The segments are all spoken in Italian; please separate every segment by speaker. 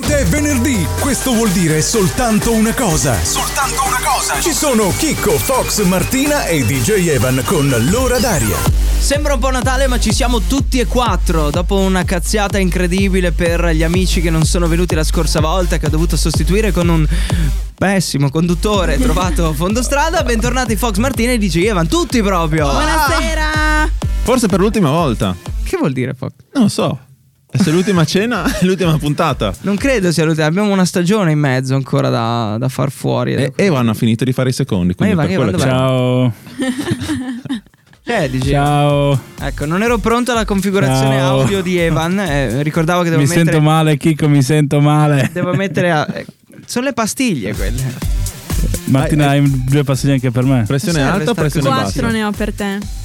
Speaker 1: È venerdì, questo vuol dire soltanto una cosa. Soltanto una cosa. Ci sono Chicco, Fox, Martina e DJ Evan con l'ora d'aria.
Speaker 2: Sembra un po' Natale, ma ci siamo tutti e quattro. Dopo una cazziata incredibile per gli amici che non sono venuti la scorsa volta, che ho dovuto sostituire con un pessimo conduttore trovato a fondo strada. Bentornati Fox Martina e DJ Evan, tutti proprio.
Speaker 3: Buonasera.
Speaker 4: Forse per l'ultima volta.
Speaker 2: Che vuol dire Fox?
Speaker 4: Non lo so. Se l'ultima cena è l'ultima puntata.
Speaker 2: Non credo sia l'ultima, abbiamo una stagione in mezzo ancora da, da far fuori.
Speaker 4: E Evan ha finito di fare i secondi. Quindi
Speaker 2: Ma Evan,
Speaker 4: per quello
Speaker 2: Evan,
Speaker 4: che-
Speaker 5: Ciao.
Speaker 2: Eh, DJ.
Speaker 5: Ciao.
Speaker 2: Ecco, non ero pronto alla configurazione
Speaker 5: Ciao.
Speaker 2: audio di Evan. eh, ricordavo che devo
Speaker 5: Mi
Speaker 2: mettere.
Speaker 5: sento male, Chico, mi sento male.
Speaker 2: Devo mettere. a- eh, sono le pastiglie quelle.
Speaker 5: Martina, hai due pastiglie anche per me.
Speaker 4: Pressione
Speaker 2: Serve
Speaker 4: alta o
Speaker 2: sta
Speaker 4: pressione
Speaker 2: cosa.
Speaker 4: bassa?
Speaker 3: Quattro ne ho per te.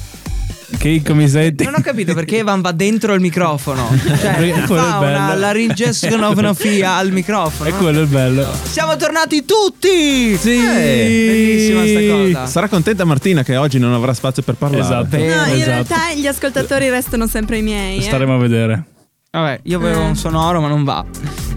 Speaker 5: Chico, mi senti?
Speaker 2: Non ho capito perché Evan va dentro il microfono.
Speaker 5: Perché
Speaker 2: Cioè,
Speaker 5: quello
Speaker 2: fa
Speaker 5: è bello.
Speaker 2: una laringesconofenofia al microfono.
Speaker 5: E quello è il bello.
Speaker 2: Siamo tornati tutti! Eh,
Speaker 5: Sì.
Speaker 2: Bellissima sta cosa.
Speaker 4: Sarà contenta Martina che oggi non avrà spazio per parlare.
Speaker 5: Esatto.
Speaker 2: Eh,
Speaker 3: No, in
Speaker 5: esatto.
Speaker 3: realtà gli ascoltatori restano sempre i miei. eh.
Speaker 5: Staremo a vedere.
Speaker 2: Vabbè, io avevo un sonoro, ma non va.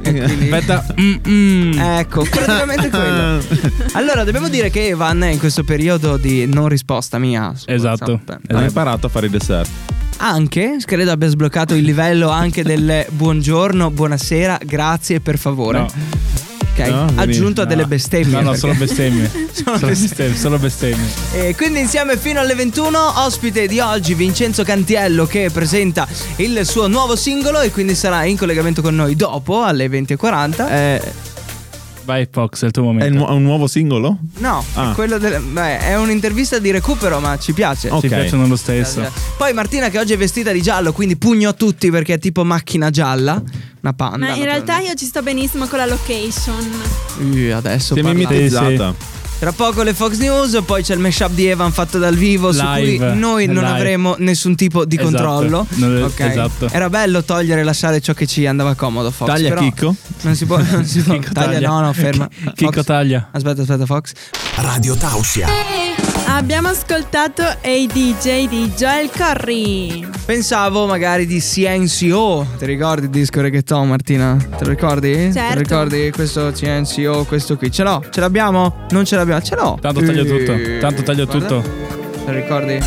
Speaker 2: E quindi-
Speaker 5: Aspetta. Mm-mm.
Speaker 2: Ecco, praticamente quello. Allora, dobbiamo dire che Evan è in questo periodo di non risposta mia. su
Speaker 5: Esatto.
Speaker 2: WhatsApp.
Speaker 4: Ha imparato a fare i dessert.
Speaker 2: Anche, credo abbia sbloccato il livello anche del buongiorno, buonasera, grazie, per favore.
Speaker 5: No.
Speaker 2: Ok,
Speaker 4: No, vedi,
Speaker 2: aggiunto a
Speaker 5: no.
Speaker 2: delle bestemmie.
Speaker 5: No, no,
Speaker 2: perché-
Speaker 5: solo bestemmie.
Speaker 4: Cioè,
Speaker 5: solo bestemmie. Solo bestemmie.
Speaker 2: E quindi insieme fino alle 21, ospite di oggi Vincenzo Cantiello che presenta il suo nuovo singolo e quindi sarà in collegamento con noi dopo alle 20.40. Eh,
Speaker 5: Vai, Fox, è il tuo
Speaker 4: È
Speaker 5: momento.
Speaker 4: nu- un nuovo singolo?
Speaker 2: no,
Speaker 4: Ah.
Speaker 2: è quello del- beh, è un'intervista di recupero, ma ci piace.
Speaker 4: Ok.
Speaker 5: Ci piacciono lo stesso.
Speaker 2: Poi Martina che oggi è vestita di giallo, quindi pugno a tutti perché è tipo macchina gialla, una panda.
Speaker 3: Ma in realtà io ci sto benissimo con la location.
Speaker 2: naturalmente. Eh, adesso
Speaker 4: Siamo
Speaker 2: parliamo.
Speaker 4: mimetizzata.
Speaker 2: Tra poco le Fox News, poi c'è il mashup di Evan fatto dal vivo su
Speaker 5: Live.
Speaker 2: cui noi non
Speaker 5: Live.
Speaker 2: avremo nessun tipo di
Speaker 5: Esatto.
Speaker 2: controllo.
Speaker 5: Non-
Speaker 2: Ok?
Speaker 5: esatto.
Speaker 2: Era bello togliere e lasciare ciò che ci andava comodo Fox.
Speaker 4: Taglia
Speaker 2: però
Speaker 4: Chicco.
Speaker 2: Non si può... Non si può
Speaker 5: Chicco
Speaker 2: taglia,
Speaker 5: taglia.
Speaker 2: no, no, ferma.
Speaker 5: Chi- Chicco
Speaker 2: Fox.
Speaker 5: taglia.
Speaker 2: Aspetta, aspetta Fox.
Speaker 1: Radio Tausia.
Speaker 3: Abbiamo ascoltato i DJ di Joel Corry.
Speaker 2: Pensavo magari di CNCO. Ti ricordi il disco reggaeton Martina? Te lo ricordi? Te
Speaker 3: Certo.
Speaker 2: lo ricordi questo CNCO, questo qui? Ce l'ho? Ce l'abbiamo? Non ce l'abbiamo? Ce l'ho.
Speaker 5: Tanto taglio
Speaker 2: Eh,
Speaker 5: tutto. Tanto taglio
Speaker 2: guarda.
Speaker 5: tutto.
Speaker 2: Te lo ricordi?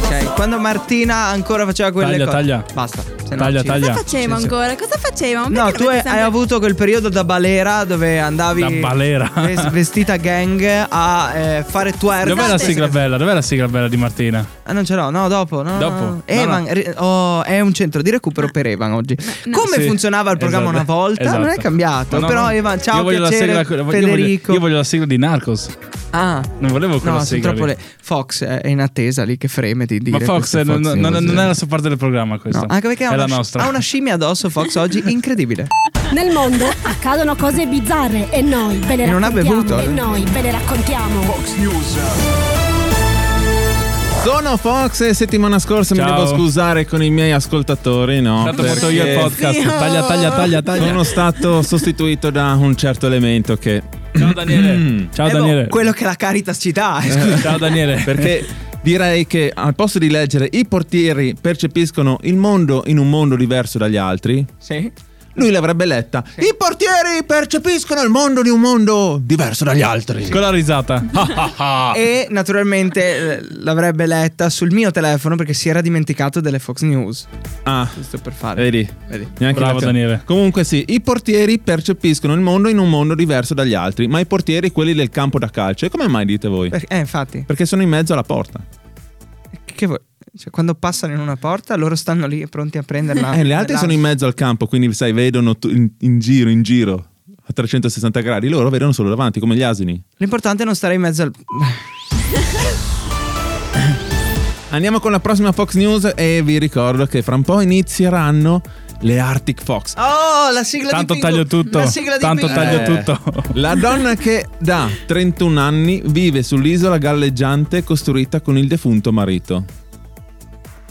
Speaker 2: Ok, quando Martina ancora faceva quelle
Speaker 5: Taglia,
Speaker 2: cose.
Speaker 5: taglia.
Speaker 2: Basta. se no
Speaker 5: Taglia,
Speaker 2: ci-
Speaker 5: taglia.
Speaker 3: Cosa facevo
Speaker 2: Sì, sì.
Speaker 3: ancora? Cosa facevo? Perché
Speaker 2: No, tu hai,
Speaker 3: dovete
Speaker 2: hai
Speaker 3: sempre-
Speaker 2: avuto quel periodo da balera dove andavi
Speaker 5: Da balera.
Speaker 2: ves- vestita gang a eh, fare twerk.
Speaker 5: Dov'è la
Speaker 2: Queste
Speaker 5: sigla
Speaker 2: cose.
Speaker 5: bella? Dov'è la sigla bella di Martina?
Speaker 2: Ah, non ce l'ho, no, dopo. No,
Speaker 5: Dopo?
Speaker 2: no.
Speaker 5: No,
Speaker 2: Evan,
Speaker 5: no.
Speaker 2: ri- oh, è un centro di recupero per Evan oggi. Come
Speaker 5: Sì.
Speaker 2: funzionava il programma
Speaker 5: Esatto.
Speaker 2: una volta? Non è
Speaker 5: Esatto.
Speaker 2: cambiato.
Speaker 5: No, no,
Speaker 2: però,
Speaker 5: no.
Speaker 2: Evan, ciao,
Speaker 5: Io voglio la
Speaker 2: piacere,
Speaker 5: sigla- io voglio-
Speaker 2: Federico.
Speaker 5: Io voglio la sigla di Narcos.
Speaker 2: Ah.
Speaker 5: Non volevo quella
Speaker 2: No, sono
Speaker 5: sigla.
Speaker 2: troppo
Speaker 5: lì.
Speaker 2: le... Fox è in attesa lì che freme di dire
Speaker 5: Ma Fox
Speaker 2: queste
Speaker 5: non, non-
Speaker 2: news.
Speaker 5: non è la sua parte del programma
Speaker 2: No,
Speaker 5: questa.
Speaker 2: anche perché ha
Speaker 5: è
Speaker 2: una,
Speaker 5: la nostra.
Speaker 2: ha una scimmia addosso Fox oggi incredibile.
Speaker 6: Nel mondo accadono cose bizzarre e noi ve le
Speaker 2: E non ha
Speaker 6: raccontiamo.
Speaker 2: bevuto, eh.
Speaker 6: E noi ve le raccontiamo.
Speaker 4: Sono Fox e settimana scorsa mi
Speaker 5: Ciao.
Speaker 4: devo scusare con i miei ascoltatori, no?
Speaker 5: Tanto porto io il
Speaker 4: perché
Speaker 5: podcast. Taglia, taglia, taglia, taglia.
Speaker 4: Sono stato sostituito da un certo elemento che...
Speaker 5: Ciao
Speaker 4: Mm.
Speaker 5: Daniele. Ciao
Speaker 2: Eh, boh,
Speaker 5: Daniele.
Speaker 2: quello che la Caritas ci dà. eh, scusa.
Speaker 5: Ciao Daniele.
Speaker 4: Perché direi che al posto di leggere i portieri percepiscono il mondo in un mondo diverso dagli altri,
Speaker 2: sì.
Speaker 4: lui l'avrebbe letta. I portieri percepiscono il mondo di un mondo diverso dagli altri.
Speaker 5: Con la risata.
Speaker 4: Ah.
Speaker 5: Ah.
Speaker 2: E naturalmente eh, l'avrebbe letta sul mio telefono perché si era dimenticato delle Fox News.
Speaker 4: Ah,
Speaker 2: Giusto per fare.
Speaker 4: vedi.
Speaker 2: Vedi.
Speaker 4: Neanche
Speaker 5: Bravo,
Speaker 4: la ca-
Speaker 5: Daniele.
Speaker 4: Comunque sì, i portieri percepiscono il mondo in un mondo diverso dagli altri, ma i portieri quelli del campo da calcio. E come mai dite voi?
Speaker 2: Per- eh, infatti.
Speaker 4: Perché sono in mezzo alla porta.
Speaker 2: Che vuoi? Cioè, quando passano in una porta, loro stanno lì pronti a prenderla.
Speaker 5: Ah, Eh,
Speaker 4: e Eh, le altre
Speaker 2: Là.
Speaker 4: sono in mezzo al campo, quindi sai, vedono tu- in, in giro, in giro, a 360 gradi. Loro vedono solo davanti, come gli asini.
Speaker 2: L'importante è non stare in mezzo al.
Speaker 4: Andiamo con la prossima Fox News e vi ricordo che fra un po' inizieranno le Arctic Fox.
Speaker 2: Oh, la sigla
Speaker 5: Tanto
Speaker 2: di Pingu.
Speaker 5: taglio tutto.
Speaker 2: La sigla di
Speaker 5: Tanto
Speaker 2: Pingu.
Speaker 5: taglio
Speaker 4: Eh.
Speaker 5: tutto.
Speaker 4: La donna che da 31 anni vive sull'isola galleggiante costruita con il defunto marito.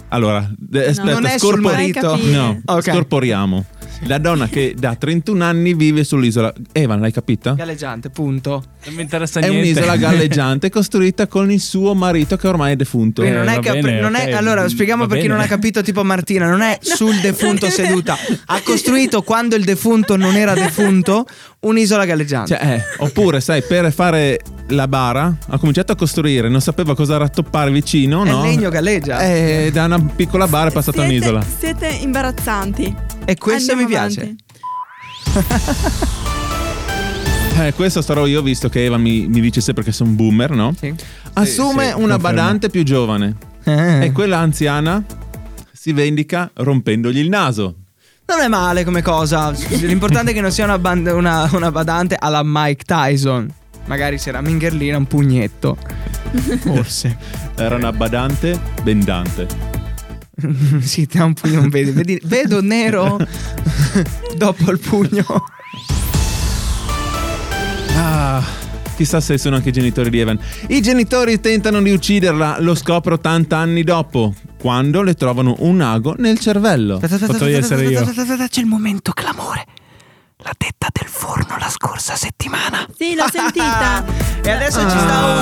Speaker 4: Allora, de- aspetta,
Speaker 2: non è sul
Speaker 4: scorpo-
Speaker 2: marito.
Speaker 4: No,
Speaker 3: capire.
Speaker 2: Ok.
Speaker 4: scorporiamo. La donna che da 31 anni vive sull'isola. Evan, l'hai capita?
Speaker 2: Galleggiante, punto.
Speaker 5: Non mi interessa
Speaker 4: È
Speaker 5: niente.
Speaker 4: un'isola galleggiante costruita con il suo marito che ormai è defunto.
Speaker 2: Quindi non
Speaker 5: Eh,
Speaker 2: è
Speaker 5: va
Speaker 2: che
Speaker 5: bene,
Speaker 2: non è-
Speaker 5: ok.
Speaker 2: allora spieghiamo
Speaker 5: Va
Speaker 2: per chi
Speaker 5: bene.
Speaker 2: non ha capito tipo Martina, non è sul defunto seduta. Ha costruito quando il defunto non era defunto un'isola galleggiante.
Speaker 4: Cioè, eh, oppure, sai, per fare la bara ha cominciato a costruire, non sapeva cosa rattoppare vicino,
Speaker 2: È
Speaker 4: no?
Speaker 2: legno galleggia.
Speaker 4: Eh, da una piccola bara è passata
Speaker 3: Siete-
Speaker 4: un'isola.
Speaker 3: Siete imbarazzanti.
Speaker 2: e questo
Speaker 3: Andiamo
Speaker 2: mi piace.
Speaker 3: avanti.
Speaker 4: Eh, questo sarò io, visto che Eva mi, mi dice sempre che sono boomer, no?
Speaker 2: Sì.
Speaker 4: Assume
Speaker 5: sì,
Speaker 4: una
Speaker 5: confermo.
Speaker 4: badante più giovane
Speaker 2: Eh.
Speaker 4: e quella anziana si vendica rompendogli il naso.
Speaker 2: Non è male come cosa. L'importante è che non sia una, ban- una- una badante alla Mike Tyson. Magari se era mingerlina un pugnetto. Forse.
Speaker 4: Era una badante bendante.
Speaker 2: sì, te un pugno, non vedi. vedi- vedo nero dopo il pugno.
Speaker 4: Ah, chissà se sono anche i genitori di Evan. I genitori tentano di ucciderla, lo scopro 80 anni dopo, quando le trovano un ago nel cervello.
Speaker 5: Potrei essere io.
Speaker 2: C'è il momento clamore. La tetta del forno la scorsa settimana.
Speaker 3: Sì, l'ho sentita.
Speaker 2: E adesso ci sta un...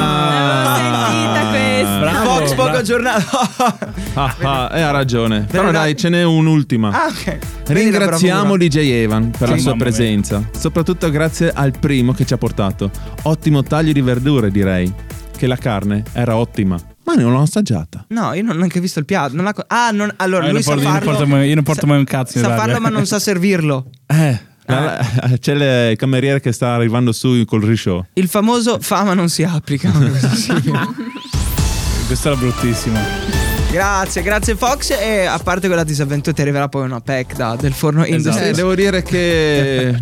Speaker 3: L'avevo sentita questa.
Speaker 5: Bravo.
Speaker 2: Fox poco
Speaker 5: bravo.
Speaker 2: aggiornato.
Speaker 4: Ah, ah, eh, ha ragione. Però
Speaker 2: Però
Speaker 4: dai,
Speaker 2: dai.
Speaker 4: ce n'è un'ultima.
Speaker 2: ah, ok. Vedi la
Speaker 4: Ringraziamo
Speaker 2: bravura.
Speaker 4: DJ Evan per la
Speaker 5: Sì,
Speaker 4: sua
Speaker 5: mamma mia.
Speaker 4: presenza, soprattutto grazie al primo che ci ha portato. Ottimo taglio di verdure, direi. Che la carne era ottima, ma non l'ho assaggiata.
Speaker 2: No, io non ho anche visto il piatto. Non la co- ah, non- allora
Speaker 5: Ah, io
Speaker 2: lui sa
Speaker 5: non porto- io non
Speaker 2: farlo.
Speaker 5: porto mai- io non porto
Speaker 2: sa-
Speaker 5: mai un cazzo in
Speaker 2: Sa
Speaker 5: radio.
Speaker 2: farlo, ma non sa servirlo.
Speaker 4: Eh, la- c'è il cameriere che sta arrivando su col risciò.
Speaker 2: Il famoso fama non si applica.
Speaker 5: Questa era bruttissima.
Speaker 2: grazie, grazie Fox. E a parte quella disavventura, ti arriverà poi una pack da- del forno
Speaker 5: Esatto.
Speaker 2: industry.
Speaker 4: Eh, devo dire che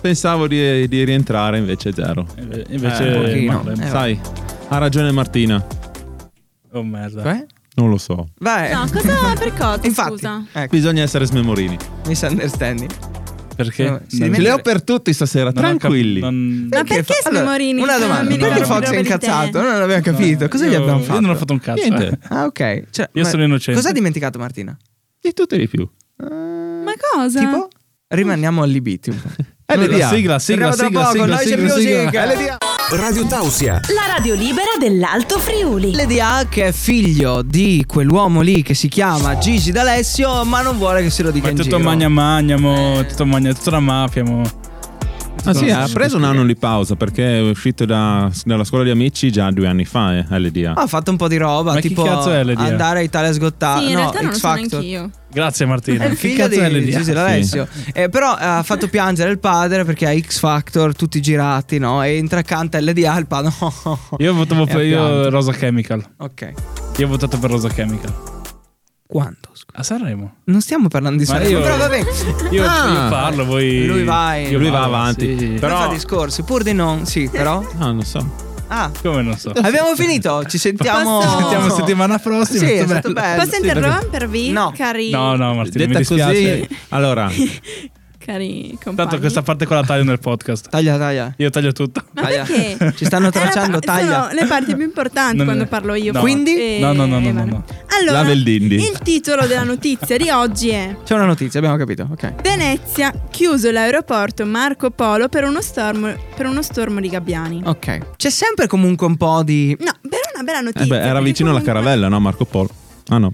Speaker 4: pensavo di, di rientrare, invece zero.
Speaker 5: Eh,
Speaker 4: Eh,
Speaker 5: Invece
Speaker 4: un
Speaker 2: pochino.
Speaker 5: vabbè.
Speaker 2: Eh, vabbè.
Speaker 4: Sai, ha ragione Martina,
Speaker 5: Oh merda.
Speaker 2: Eh?
Speaker 4: non lo so.
Speaker 2: Vai.
Speaker 3: No, cosa per cosa?
Speaker 2: Eh. Infatti,
Speaker 3: Scusa.
Speaker 2: ecco,
Speaker 4: Bisogna essere smemorini.
Speaker 2: misunderstanding.
Speaker 5: Perché?
Speaker 2: Eh, sì,
Speaker 5: Non-
Speaker 2: dimmi-
Speaker 4: Ce le ho per tutti stasera,
Speaker 5: non ho cap-
Speaker 4: tranquilli.
Speaker 5: non-
Speaker 3: Ma perché
Speaker 2: Fo-
Speaker 3: siamo morini?
Speaker 2: Una
Speaker 3: Non mi
Speaker 2: domanda.
Speaker 3: ricordo
Speaker 2: Perché
Speaker 3: più
Speaker 2: Fox è
Speaker 3: roba di
Speaker 2: incazzato?
Speaker 3: te.
Speaker 2: Non l'abbiamo capito. Cosa gli
Speaker 5: Io-
Speaker 2: abbiamo fatto?
Speaker 5: Io non ho fatto un cazzo.
Speaker 4: Niente.
Speaker 5: eh.
Speaker 2: Ah, ok. Cioè,
Speaker 5: Io
Speaker 2: ma-
Speaker 5: sono innocente.
Speaker 2: Cosa ha dimenticato Martina?
Speaker 4: Di tutti e di più.
Speaker 3: Ma cosa?
Speaker 2: Tipo? Rimaniamo allibiti un po'.
Speaker 5: La sigla, sigla,
Speaker 2: Torniamo tra
Speaker 5: sigla,
Speaker 2: poco,
Speaker 5: sigla,
Speaker 2: Noise
Speaker 5: sigla,
Speaker 2: Music.
Speaker 5: sigla.
Speaker 2: LDA.
Speaker 1: Radio Tausia.
Speaker 7: La radio libera dell'Alto Friuli.
Speaker 2: LDA che è figlio di quell'uomo lì che si chiama Gigi D'Alessio, ma non vuole che se lo dica
Speaker 5: Ma è
Speaker 2: in
Speaker 5: tutto
Speaker 2: giro.
Speaker 5: magna magna, mo, tutto magna, tutta la mafia, mo.
Speaker 4: Ah sì, ha preso un anno di pausa perché è uscito da- dalla scuola di amici già due anni fa, eh, LDA.
Speaker 2: Ah, Ha fatto un po' di roba,
Speaker 5: Ma chi
Speaker 2: tipo
Speaker 5: cazzo è LDA?
Speaker 2: andare a Italia sgottata.
Speaker 3: Sì,
Speaker 2: Ah,
Speaker 3: in
Speaker 2: no,
Speaker 3: realtà non
Speaker 2: X
Speaker 3: lo so
Speaker 2: Factor.
Speaker 3: neanch'io.
Speaker 5: Grazie Martina.
Speaker 2: È
Speaker 5: Che
Speaker 2: figlio
Speaker 5: cazzo
Speaker 2: Eh, di,
Speaker 5: è
Speaker 2: di
Speaker 5: LDA?
Speaker 2: Gigi D'Alessio. Eh, però ha fatto piangere il padre perché ha X Factor, tutti girati, no? E entra accanto a LDA il padre. no.
Speaker 5: Io votavo
Speaker 2: È
Speaker 5: per io
Speaker 2: pianto.
Speaker 5: Rosa Chemical.
Speaker 2: Ok.
Speaker 5: Io ho votato per Rosa Chemical.
Speaker 2: Quando? scusa?
Speaker 5: A Sanremo.
Speaker 2: Non stiamo parlando di
Speaker 5: Ma
Speaker 2: Sanremo,
Speaker 5: io-
Speaker 2: però va bene.
Speaker 5: Io,
Speaker 4: Ah.
Speaker 5: io parlo, voi.
Speaker 2: Lui va in-
Speaker 5: io
Speaker 4: Lui va
Speaker 5: parlo,
Speaker 4: avanti.
Speaker 5: sì.
Speaker 4: Però-
Speaker 2: Non fa discorsi, pur di non, sì, però.
Speaker 4: Ah, non so.
Speaker 2: Ah,
Speaker 5: Come non so.
Speaker 2: abbiamo finito, ci sentiamo.
Speaker 3: Posso- Ci
Speaker 5: Sentiamo settimana prossima.
Speaker 2: Sì, è
Speaker 5: tutto
Speaker 2: stato
Speaker 5: bello.
Speaker 2: bello.
Speaker 3: Posso
Speaker 2: Eh, sì.
Speaker 3: interrompervi?
Speaker 2: No.
Speaker 3: Cari,
Speaker 5: No, no, Martina, mi
Speaker 4: Detta
Speaker 5: dispiace.
Speaker 4: così, allora, eh,
Speaker 3: cari compagni.
Speaker 5: Tanto questa parte qua la taglio nel podcast.
Speaker 2: Taglia, taglia.
Speaker 5: Io taglio tutto.
Speaker 3: Ma
Speaker 2: Taglia.
Speaker 3: perché?
Speaker 2: Ci stanno
Speaker 3: Eh, la
Speaker 2: tracciando,
Speaker 3: par-
Speaker 2: taglia.
Speaker 3: Sono le parti più importanti
Speaker 5: Non-
Speaker 3: quando parlo io.
Speaker 5: no.
Speaker 2: Quindi?
Speaker 3: Eh,
Speaker 5: No, no, no, no, no,
Speaker 3: Evan.
Speaker 5: no.
Speaker 3: Allora,
Speaker 4: La Veldindi.
Speaker 3: il titolo della notizia di oggi è
Speaker 2: C'è una notizia, abbiamo capito. Ok.
Speaker 3: Venezia chiuso l'aeroporto Marco Polo per uno stormo, per uno stormo di gabbiani.
Speaker 5: Oh.
Speaker 2: Ok. C'è sempre comunque un po' di.
Speaker 3: No, però è una bella notizia.
Speaker 4: eh beh, era
Speaker 3: perché
Speaker 4: vicino alla
Speaker 3: comunque-
Speaker 4: caravella, no Marco Polo? Ah no,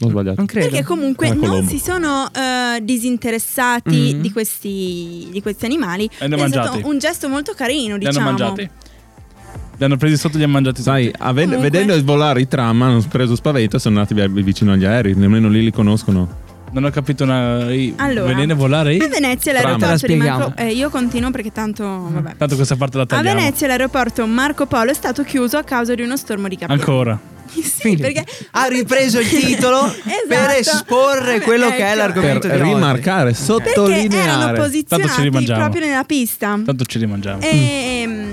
Speaker 4: ho sbagliato.
Speaker 2: Non credo.
Speaker 3: Perché comunque
Speaker 4: Come
Speaker 3: non
Speaker 4: Colombo.
Speaker 3: si sono eh, disinteressati
Speaker 2: Mm.
Speaker 3: di, questi, di questi animali.
Speaker 5: E ne
Speaker 3: È
Speaker 5: hanno mangiati.
Speaker 3: stato un gesto molto carino,
Speaker 5: Li hanno
Speaker 3: diciamo.
Speaker 5: mangiati. Li hanno presi sotto e li hanno mangiati sotto.
Speaker 4: Sai, ave-
Speaker 3: Comunque-
Speaker 4: vedendo svolare i tram hanno preso spavento e sono andati via- vicino agli aerei, nemmeno lì li conoscono.
Speaker 5: Non ho capito una. i-
Speaker 3: Allora.
Speaker 5: Venene volare?
Speaker 3: A Venezia
Speaker 2: Tram.
Speaker 3: l'aeroporto
Speaker 2: Te
Speaker 3: di
Speaker 2: la
Speaker 3: Marco
Speaker 2: spieghiamo.
Speaker 3: eh, io continuo perché tanto vabbè.
Speaker 5: Mm, Tanto questa parte la
Speaker 3: A
Speaker 5: tagliamo.
Speaker 3: Venezia l'aeroporto Marco Polo è stato chiuso a causa di uno stormo di capelli.
Speaker 5: Ancora.
Speaker 2: Mm-hmm.
Speaker 5: eh,
Speaker 3: Sì,
Speaker 2: Quindi,
Speaker 3: perché
Speaker 2: ha ripreso il titolo
Speaker 3: Esatto.
Speaker 2: per esporre quello che è
Speaker 3: Ecco.
Speaker 4: Per
Speaker 2: l'argomento di oggi.
Speaker 4: rimarcare,
Speaker 3: perché erano
Speaker 4: sottolineare.
Speaker 5: Tanto ci
Speaker 3: posizionati
Speaker 5: rimangiamo.
Speaker 3: proprio nella pista.
Speaker 5: Tanto ci rimangiamo.
Speaker 2: Eh.
Speaker 3: E, mm,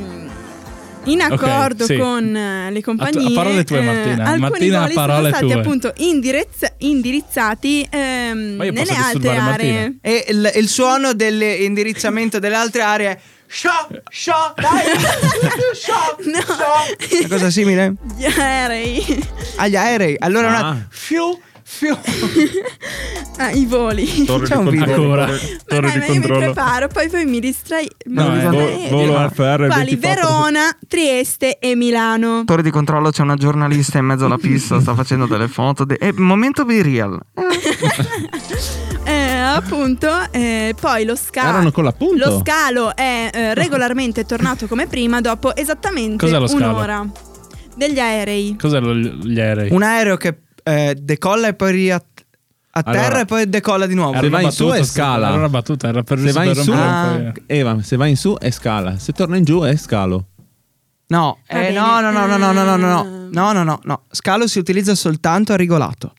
Speaker 3: in accordo
Speaker 5: sì.
Speaker 3: con eh, le compagnie,
Speaker 5: A tu- a parole tue,
Speaker 3: eh,
Speaker 5: Martina.
Speaker 3: alcuni
Speaker 5: Martina,
Speaker 3: voli
Speaker 5: parole
Speaker 3: sono stati
Speaker 5: tue.
Speaker 3: appunto indirizza- indirizzati ehm,
Speaker 5: Ma io posso
Speaker 3: nelle altre
Speaker 5: disturbare Martina?
Speaker 3: aree.
Speaker 2: E il, il suono dell'indirizzamento delle altre aree. è Sciò, sciò, dai. Sciò,
Speaker 3: No.
Speaker 2: sciò. Una cosa simile?
Speaker 3: Gli aerei.
Speaker 2: Agli aerei. Allora,
Speaker 4: Ah.
Speaker 2: una. Fiu,
Speaker 3: Ah, i voli.
Speaker 8: Torre
Speaker 2: C'è
Speaker 8: di
Speaker 2: un video.
Speaker 8: controllo.
Speaker 5: Ancora.
Speaker 8: torre-
Speaker 3: Ma
Speaker 8: Torre
Speaker 3: dai,
Speaker 8: di
Speaker 3: ma io mi
Speaker 8: controllo.
Speaker 3: preparo, poi voi mi distrai.
Speaker 5: No,
Speaker 3: ma
Speaker 5: eh,
Speaker 3: vabbè.
Speaker 8: Vo- volo FR
Speaker 3: Quali?
Speaker 8: 24.
Speaker 3: Verona, Trieste e Milano.
Speaker 9: Torre di controllo c'è una giornalista in mezzo alla pista, sta facendo delle foto. de- È momento virial.
Speaker 3: Eh, appunto, eh, poi lo
Speaker 4: Erano
Speaker 3: scalo.
Speaker 4: con l'appunto.
Speaker 3: Lo scalo è eh, regolarmente tornato come prima dopo esattamente
Speaker 5: Cos'è lo scalo?
Speaker 3: un'ora degli aerei.
Speaker 5: Cos'è lo- gli aerei?
Speaker 2: Un aereo che eh, decolla e poi ria- a terra
Speaker 5: Allora.
Speaker 2: e poi decolla di nuovo.
Speaker 5: Era
Speaker 4: Se
Speaker 5: una
Speaker 4: vai in su
Speaker 5: battuta,
Speaker 4: e scala.
Speaker 5: Era una battuta, era per
Speaker 4: se vai in
Speaker 5: per
Speaker 4: su,
Speaker 5: rompere
Speaker 2: Ah,
Speaker 5: poi-
Speaker 8: eh.
Speaker 4: Eva, se vai in su è scala, se torna in giù è scalo.
Speaker 2: No,
Speaker 3: Va
Speaker 2: eh,
Speaker 3: bene. Ah.
Speaker 2: no, no, no, no, no, no, no, no, no, no, no, no. Scalo si utilizza soltanto a rigolato.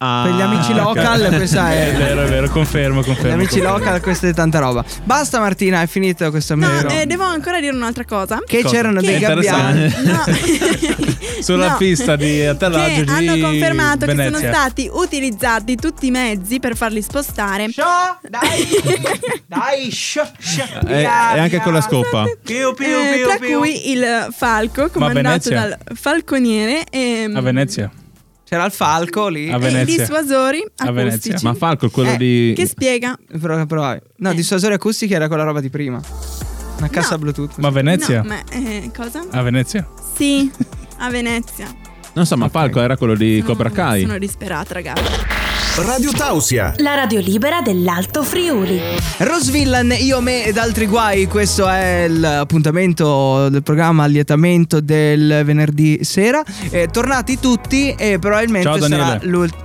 Speaker 2: Per gli amici
Speaker 4: Ah, ok.
Speaker 2: local questa
Speaker 5: Ah, È
Speaker 2: è...
Speaker 5: vero, è vero, confermo, confermo.
Speaker 2: Gli amici
Speaker 5: confermo.
Speaker 2: local questa è tanta roba. Basta Martina, è finito questo
Speaker 3: No,
Speaker 2: mio...
Speaker 3: eh, devo ancora dire un'altra cosa.
Speaker 2: che
Speaker 5: Cosa?
Speaker 2: c'erano
Speaker 5: Che
Speaker 2: dei
Speaker 5: interessante.
Speaker 2: gabbiani.
Speaker 3: No.
Speaker 5: Sulla pista di
Speaker 3: che
Speaker 5: atterraggio di
Speaker 3: hanno confermato che sono
Speaker 5: Venezia.
Speaker 3: stati utilizzati tutti i mezzi per farli spostare.
Speaker 2: Sciò, dai, dai, sciò, sciò,
Speaker 4: E, e Eh, anche con la scopa.
Speaker 2: Piu, piu,
Speaker 3: Eh,
Speaker 2: piu,
Speaker 3: tra
Speaker 2: piu.
Speaker 3: cui il falco comandato
Speaker 5: Venezia?
Speaker 3: dal falconiere ehm, e,
Speaker 5: A Venezia.
Speaker 2: C'era il falco lì.
Speaker 3: e
Speaker 5: A
Speaker 3: i
Speaker 5: Venezia.
Speaker 3: dissuasori
Speaker 5: A Venezia.
Speaker 3: acustici.
Speaker 4: Ma Falco è quello
Speaker 2: Eh,
Speaker 4: di...
Speaker 3: Che spiega?
Speaker 2: Pro- provavi. No, dissuasori acustici era quella roba di prima. Una cassa
Speaker 3: Eh. No.
Speaker 2: Bluetooth.
Speaker 5: Ma a Venezia? Ah.
Speaker 3: No, ma eh, cosa?
Speaker 5: A Venezia?
Speaker 3: Sì, a Venezia.
Speaker 4: Non so, ma Falco era quello di Cobra Kai.
Speaker 3: Sono disperata, ragazzi.
Speaker 1: Radio Tausia.
Speaker 7: La radio libera dell'Alto Friuli.
Speaker 2: Rosvillan, io, me ed altri guai. Questo è l'appuntamento del programma Allietamento del venerdì sera. Eh, tornati tutti e probabilmente
Speaker 5: Ciao, Daniele.
Speaker 2: sarà l'ultimo.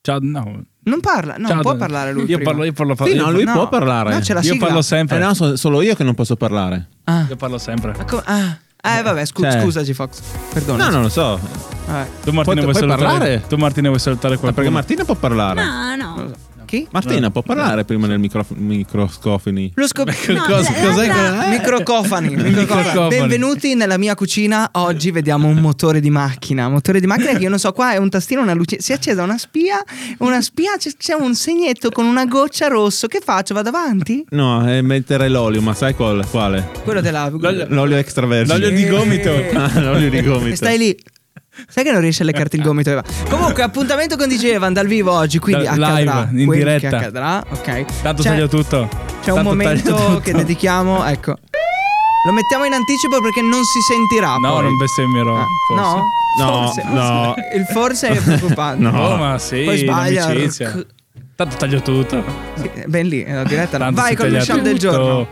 Speaker 5: Ciao, no.
Speaker 2: Non parla, non
Speaker 5: Ciao,
Speaker 2: può
Speaker 5: Dan-
Speaker 2: parlare lui.
Speaker 5: Io
Speaker 2: prima.
Speaker 5: parlo, io parlo,
Speaker 4: Sì,
Speaker 5: io
Speaker 4: no,
Speaker 5: parlo-
Speaker 4: lui può parlare.
Speaker 2: No, c'è la
Speaker 5: Io
Speaker 2: sigla.
Speaker 5: parlo
Speaker 4: Eh
Speaker 5: sempre.
Speaker 4: no, so- solo io che non posso parlare.
Speaker 2: Ah,
Speaker 5: Io parlo
Speaker 2: ma
Speaker 5: sempre.
Speaker 2: co- ah. Eh, vabbè, scu-
Speaker 4: Cioè-
Speaker 2: scusaci, Fox. Perdona.
Speaker 4: No, non lo so.
Speaker 2: Vabbè.
Speaker 5: Tu Martina
Speaker 4: Puoi-
Speaker 5: vuoi
Speaker 4: puoi
Speaker 5: salutare?
Speaker 4: parlare?
Speaker 5: Tu Martina vuoi salutare
Speaker 4: Ma
Speaker 5: qualcuno?
Speaker 4: perché Martina può parlare.
Speaker 5: Ah,
Speaker 3: No, no.
Speaker 2: Chi?
Speaker 4: Martina può parlare prima nel microfono- microscofoni.
Speaker 2: Lo scop-
Speaker 3: No, la- l'altra-
Speaker 2: Microcofani,
Speaker 5: Microcofani.
Speaker 2: Benvenuti nella mia cucina. Oggi vediamo un motore di macchina. Motore di macchina che io non so, qua è un tastino, una luce. Si è accesa una spia, una spia, c'è, c'è un segnetto con una goccia rosso. Che faccio? Vado avanti?
Speaker 4: No, è mettere l'olio, ma sai qual- quale?
Speaker 2: Quello della.
Speaker 4: L'olio extravergine.
Speaker 5: L'olio di gomito.
Speaker 4: Ah, l'olio di gomito.
Speaker 2: E stai lì. Sai che non riesce a leccarti il gomito, Eva. Comunque, appuntamento con DJ Evan dal vivo oggi. Quindi
Speaker 5: Da-
Speaker 2: accadrà
Speaker 5: live, in
Speaker 2: quel
Speaker 5: diretta.
Speaker 2: Che accadrà, ok.
Speaker 5: Tanto
Speaker 2: C'è-
Speaker 5: taglio tutto.
Speaker 2: C'è un
Speaker 5: Tanto taglio
Speaker 2: momento
Speaker 5: tutto.
Speaker 2: che dedichiamo, ecco. Lo mettiamo in anticipo perché non si sentirà.
Speaker 5: No,
Speaker 2: Ah, poi.
Speaker 5: non bestemmierò.
Speaker 2: Ah,
Speaker 5: forse.
Speaker 2: No?
Speaker 4: No,
Speaker 2: Forse-
Speaker 4: no.
Speaker 2: Il forse è preoccupante.
Speaker 4: No.
Speaker 5: Oh, ma sì,
Speaker 2: Poi sbaglia.
Speaker 5: l'amicizia.
Speaker 2: c-
Speaker 5: Tanto taglio tutto.
Speaker 2: sì, Ben lì, è la diretta. no.
Speaker 5: Tanto
Speaker 2: Vai
Speaker 5: si
Speaker 2: con
Speaker 5: taglia
Speaker 2: il shot del
Speaker 5: tutto.
Speaker 2: giorno.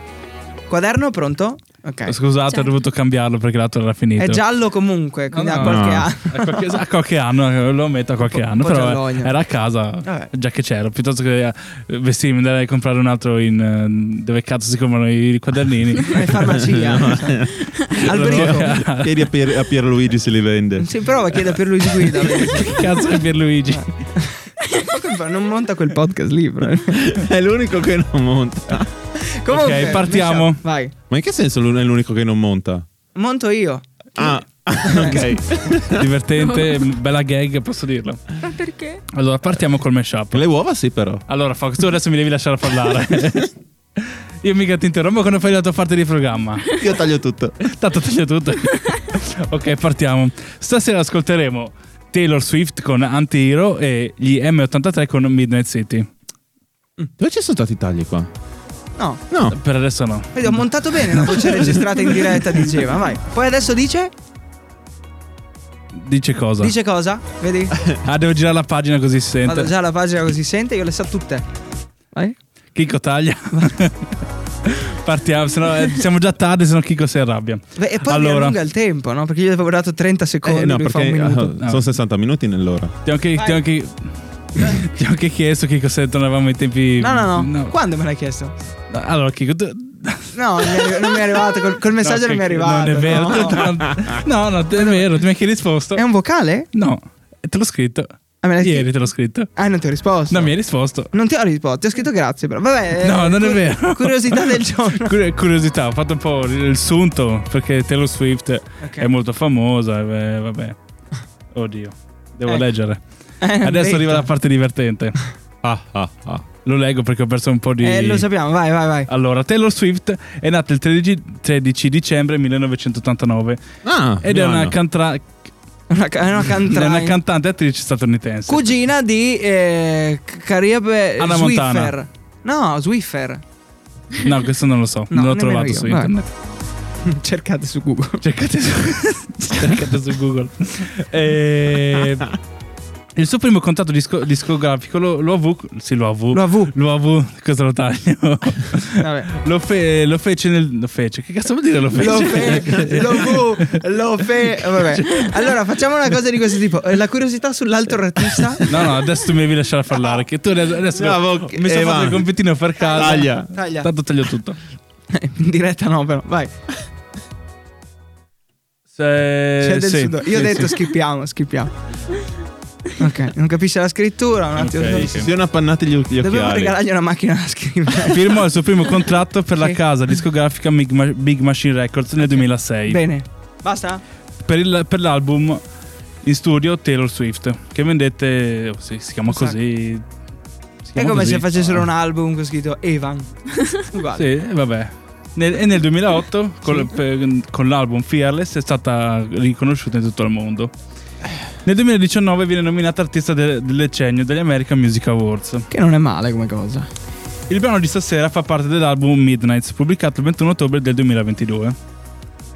Speaker 2: Quaderno pronto? Ok. Certo.
Speaker 5: Scusate, ho dovuto cambiarlo perché l'altro era finito.
Speaker 2: È giallo comunque, quindi
Speaker 5: No,
Speaker 2: ha
Speaker 5: no.
Speaker 2: qualche
Speaker 4: No.
Speaker 2: anno.
Speaker 5: A qualche, a qualche anno, lo metto a qualche
Speaker 2: Un po'
Speaker 5: anno, però
Speaker 2: giallogno.
Speaker 5: era a casa,
Speaker 2: Vabbè.
Speaker 5: già che c'ero, piuttosto che eh, vestirmi andare a comprare un altro in eh, dove cazzo si comprano i quadernini.
Speaker 2: È farmacia. Alberico.
Speaker 4: Chiedi a, Pier- a Pierluigi se li vende.
Speaker 2: Si prova a chiedere per Luigi Guida.
Speaker 5: che cazzo è Pierluigi?
Speaker 2: non monta quel podcast lì. però.
Speaker 4: è l'unico che non monta.
Speaker 2: Comunque,
Speaker 5: Ok, partiamo.
Speaker 2: Michel, Vai.
Speaker 4: Ma in che senso lui è l'unico che non monta?
Speaker 2: Monto io.
Speaker 4: Ah, ok.
Speaker 5: Divertente, bella gag, posso dirlo.
Speaker 3: Ma perché?
Speaker 5: Allora, partiamo col mashup.
Speaker 4: Le uova sì però.
Speaker 5: Allora, Fox, tu adesso mi devi lasciare parlare. Io mica ti interrompo quando fai la tua parte di programma.
Speaker 4: Io taglio tutto.
Speaker 5: Tanto taglio tutto. ok, partiamo. Stasera ascolteremo Taylor Swift con Anti-Hero e gli M83 con Midnight City.
Speaker 4: Dove ci sono stati i tagli qua?
Speaker 2: No.
Speaker 4: No.
Speaker 5: Per adesso no.
Speaker 2: Vedi, ho montato bene la voce registrata in diretta, diceva. Vai. Poi adesso dice?
Speaker 5: Dice cosa?
Speaker 2: Dice cosa? Vedi?
Speaker 5: Ah, devo girare la pagina così si
Speaker 2: Vado
Speaker 5: sente.
Speaker 2: già alla pagina così sente, io le so tutte. Vai.
Speaker 5: Chico taglia. Partiamo, sennò, eh, siamo già tardi, se no Chico si arrabbia.
Speaker 2: Beh, E poi mi
Speaker 5: allora,
Speaker 2: allunga il tempo, no? Perché io gli avevo dato 30 secondi,
Speaker 4: Eh, no,
Speaker 2: lui fa
Speaker 4: perché
Speaker 2: un minuto.
Speaker 4: ah, sono 60 minuti nell'ora.
Speaker 5: ti ho anche, ti ho anche- ti ho anche chiesto Chico se tornavamo ai tempi...
Speaker 2: No, no, no, Quando me l'hai chiesto?
Speaker 5: Allora, Chico, tu...
Speaker 2: No, non mi è, arri- non mi è arrivato. Col, col messaggio non
Speaker 5: No,
Speaker 2: mi è
Speaker 5: Chico,
Speaker 2: arrivato.
Speaker 5: Non è vero.
Speaker 2: no.
Speaker 5: No, no, è vero, ti mi hai anche risposto.
Speaker 2: È un vocale?
Speaker 5: No, te l'ho scritto.
Speaker 2: Ah, me l'hai
Speaker 5: Ieri
Speaker 2: scritto?
Speaker 5: te l'ho scritto.
Speaker 2: Ah, non ti ho risposto.
Speaker 5: Non mi hai risposto.
Speaker 2: Non ti ho risposto, ti ho scritto grazie, però. Vabbè.
Speaker 5: No,
Speaker 2: eh,
Speaker 5: non è vero.
Speaker 2: Curiosità del giorno.
Speaker 5: Cur- curiosità, ho fatto un po' il sunto perché Taylor Swift
Speaker 2: Ok.
Speaker 5: è molto famosa. eh, vabbè, oddio, devo
Speaker 2: Ecco.
Speaker 5: leggere.
Speaker 2: Eh,
Speaker 5: Adesso
Speaker 2: detto.
Speaker 5: arriva la parte divertente.
Speaker 4: Ah, ah, ah.
Speaker 5: Lo leggo perché ho perso un po' di.
Speaker 2: Eh, lo sappiamo, vai, vai, vai.
Speaker 5: Allora, Taylor Swift è nata il 13, 13 dicembre 1989
Speaker 4: Ah,
Speaker 5: ed è
Speaker 4: mio
Speaker 5: una
Speaker 4: anno.
Speaker 5: cantra-
Speaker 2: Una, ca- è una
Speaker 5: È
Speaker 2: cantante.
Speaker 5: una cantante e attrice statunitense.
Speaker 2: Cugina di eh, C- Caribe
Speaker 5: Anna
Speaker 2: Swiffer.
Speaker 5: Montana.
Speaker 2: No, Swiffer.
Speaker 5: no, questo non lo so.
Speaker 2: No,
Speaker 5: non l'ho
Speaker 2: nemmeno
Speaker 5: trovato
Speaker 2: io.
Speaker 5: su
Speaker 2: Vabbè.
Speaker 5: internet.
Speaker 2: Cercate su Google.
Speaker 5: Cercate su, cercate su Google. E- Il suo primo contatto disco- discografico lo, lo avu. Sì, lo avu.
Speaker 2: Lo avu.
Speaker 5: Lo avu. Cosa lo taglio?
Speaker 2: Vabbè.
Speaker 5: lo, fe- lo fece nel. Lo fece. Che cazzo vuol dire lo fece?
Speaker 2: Lo fe, lo fu, lo fe. Vabbè. Allora, facciamo una cosa di questo tipo. Eh, La curiosità sull'altro artista.
Speaker 5: No, no, adesso tu mi devi lasciare parlare. Che tu adesso. adesso
Speaker 4: Bravo,
Speaker 5: mi sono
Speaker 4: Evan.
Speaker 5: fatto il compitino per casa.
Speaker 4: Taglia.
Speaker 2: Taglia.
Speaker 5: Tanto taglio tutto.
Speaker 2: Eh, In diretta no, però. Vai.
Speaker 5: Se-
Speaker 2: C'è del
Speaker 5: sì,
Speaker 2: sudore. Io ho
Speaker 5: sì,
Speaker 2: detto
Speaker 5: sì.
Speaker 2: schippiamo, schippiamo. Ok, non capisce la scrittura. Un attimo.
Speaker 5: Ok.
Speaker 4: Si sono appannati gli, gli
Speaker 2: Dobbiamo
Speaker 4: occhiali.
Speaker 2: regalargli una macchina da scrivere.
Speaker 5: Firmò il suo primo contratto per la
Speaker 2: Sì.
Speaker 5: casa discografica Big, Ma- Big Machine Records nel 2006.
Speaker 2: Bene. Basta?
Speaker 5: per, il- per l'album in studio Taylor Swift che vendette oh, sì, si chiama
Speaker 2: Un sacco.
Speaker 5: così si
Speaker 2: Esatto. È
Speaker 5: chiama
Speaker 2: come
Speaker 5: così. Ah.
Speaker 2: se facessero un album con scritto Evan. Uguale.
Speaker 5: sì vabbè Nel- e nel 2008 col- per- con l'album Fearless è stata riconosciuta in tutto il mondo nel 2019 viene nominata artista de- del decennio degli American Music Awards
Speaker 2: Che non è male come cosa.
Speaker 5: il brano di stasera fa parte dell'album Midnights pubblicato il 21 ottobre del 2022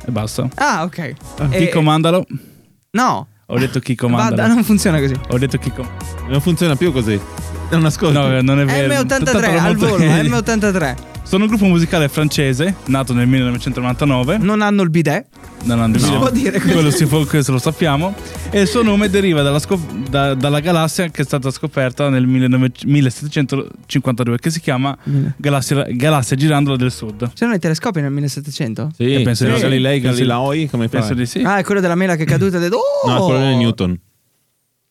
Speaker 5: e basta
Speaker 2: Ah, ok. Eh,
Speaker 5: chi comandalo
Speaker 2: No,
Speaker 5: ho detto chi
Speaker 2: vada,
Speaker 5: comandalo
Speaker 2: non funziona così.
Speaker 5: ho detto chi comandalo
Speaker 4: Non funziona più così. Non ascolta.
Speaker 5: No, eh, non è vero. Tanto
Speaker 2: M83
Speaker 5: lo
Speaker 2: al
Speaker 5: monto
Speaker 2: volo,
Speaker 5: io.
Speaker 2: M83.
Speaker 5: Sono un gruppo musicale francese, nato nel 1999.
Speaker 2: Non hanno il bidet.
Speaker 5: Non hanno
Speaker 2: Mm. Si
Speaker 5: idea.
Speaker 2: può dire questo?
Speaker 5: Quello si può, questo lo sappiamo. E il suo nome deriva dalla, scop- da- dalla galassia che è stata scoperta nel 19 1752, che si chiama galassia, galassia Girandola del Sud.
Speaker 2: C'erano i telescopi nel 1700?
Speaker 4: Sì,
Speaker 5: Eh,
Speaker 4: penso
Speaker 5: penso di
Speaker 4: di
Speaker 5: sì.
Speaker 4: Galilei,
Speaker 5: Penso di-
Speaker 4: Galilei, come fa?
Speaker 5: Penso di sì.
Speaker 2: Ah, è quello della mela che è caduta e ha detto, oh!
Speaker 4: No, quello è Newton.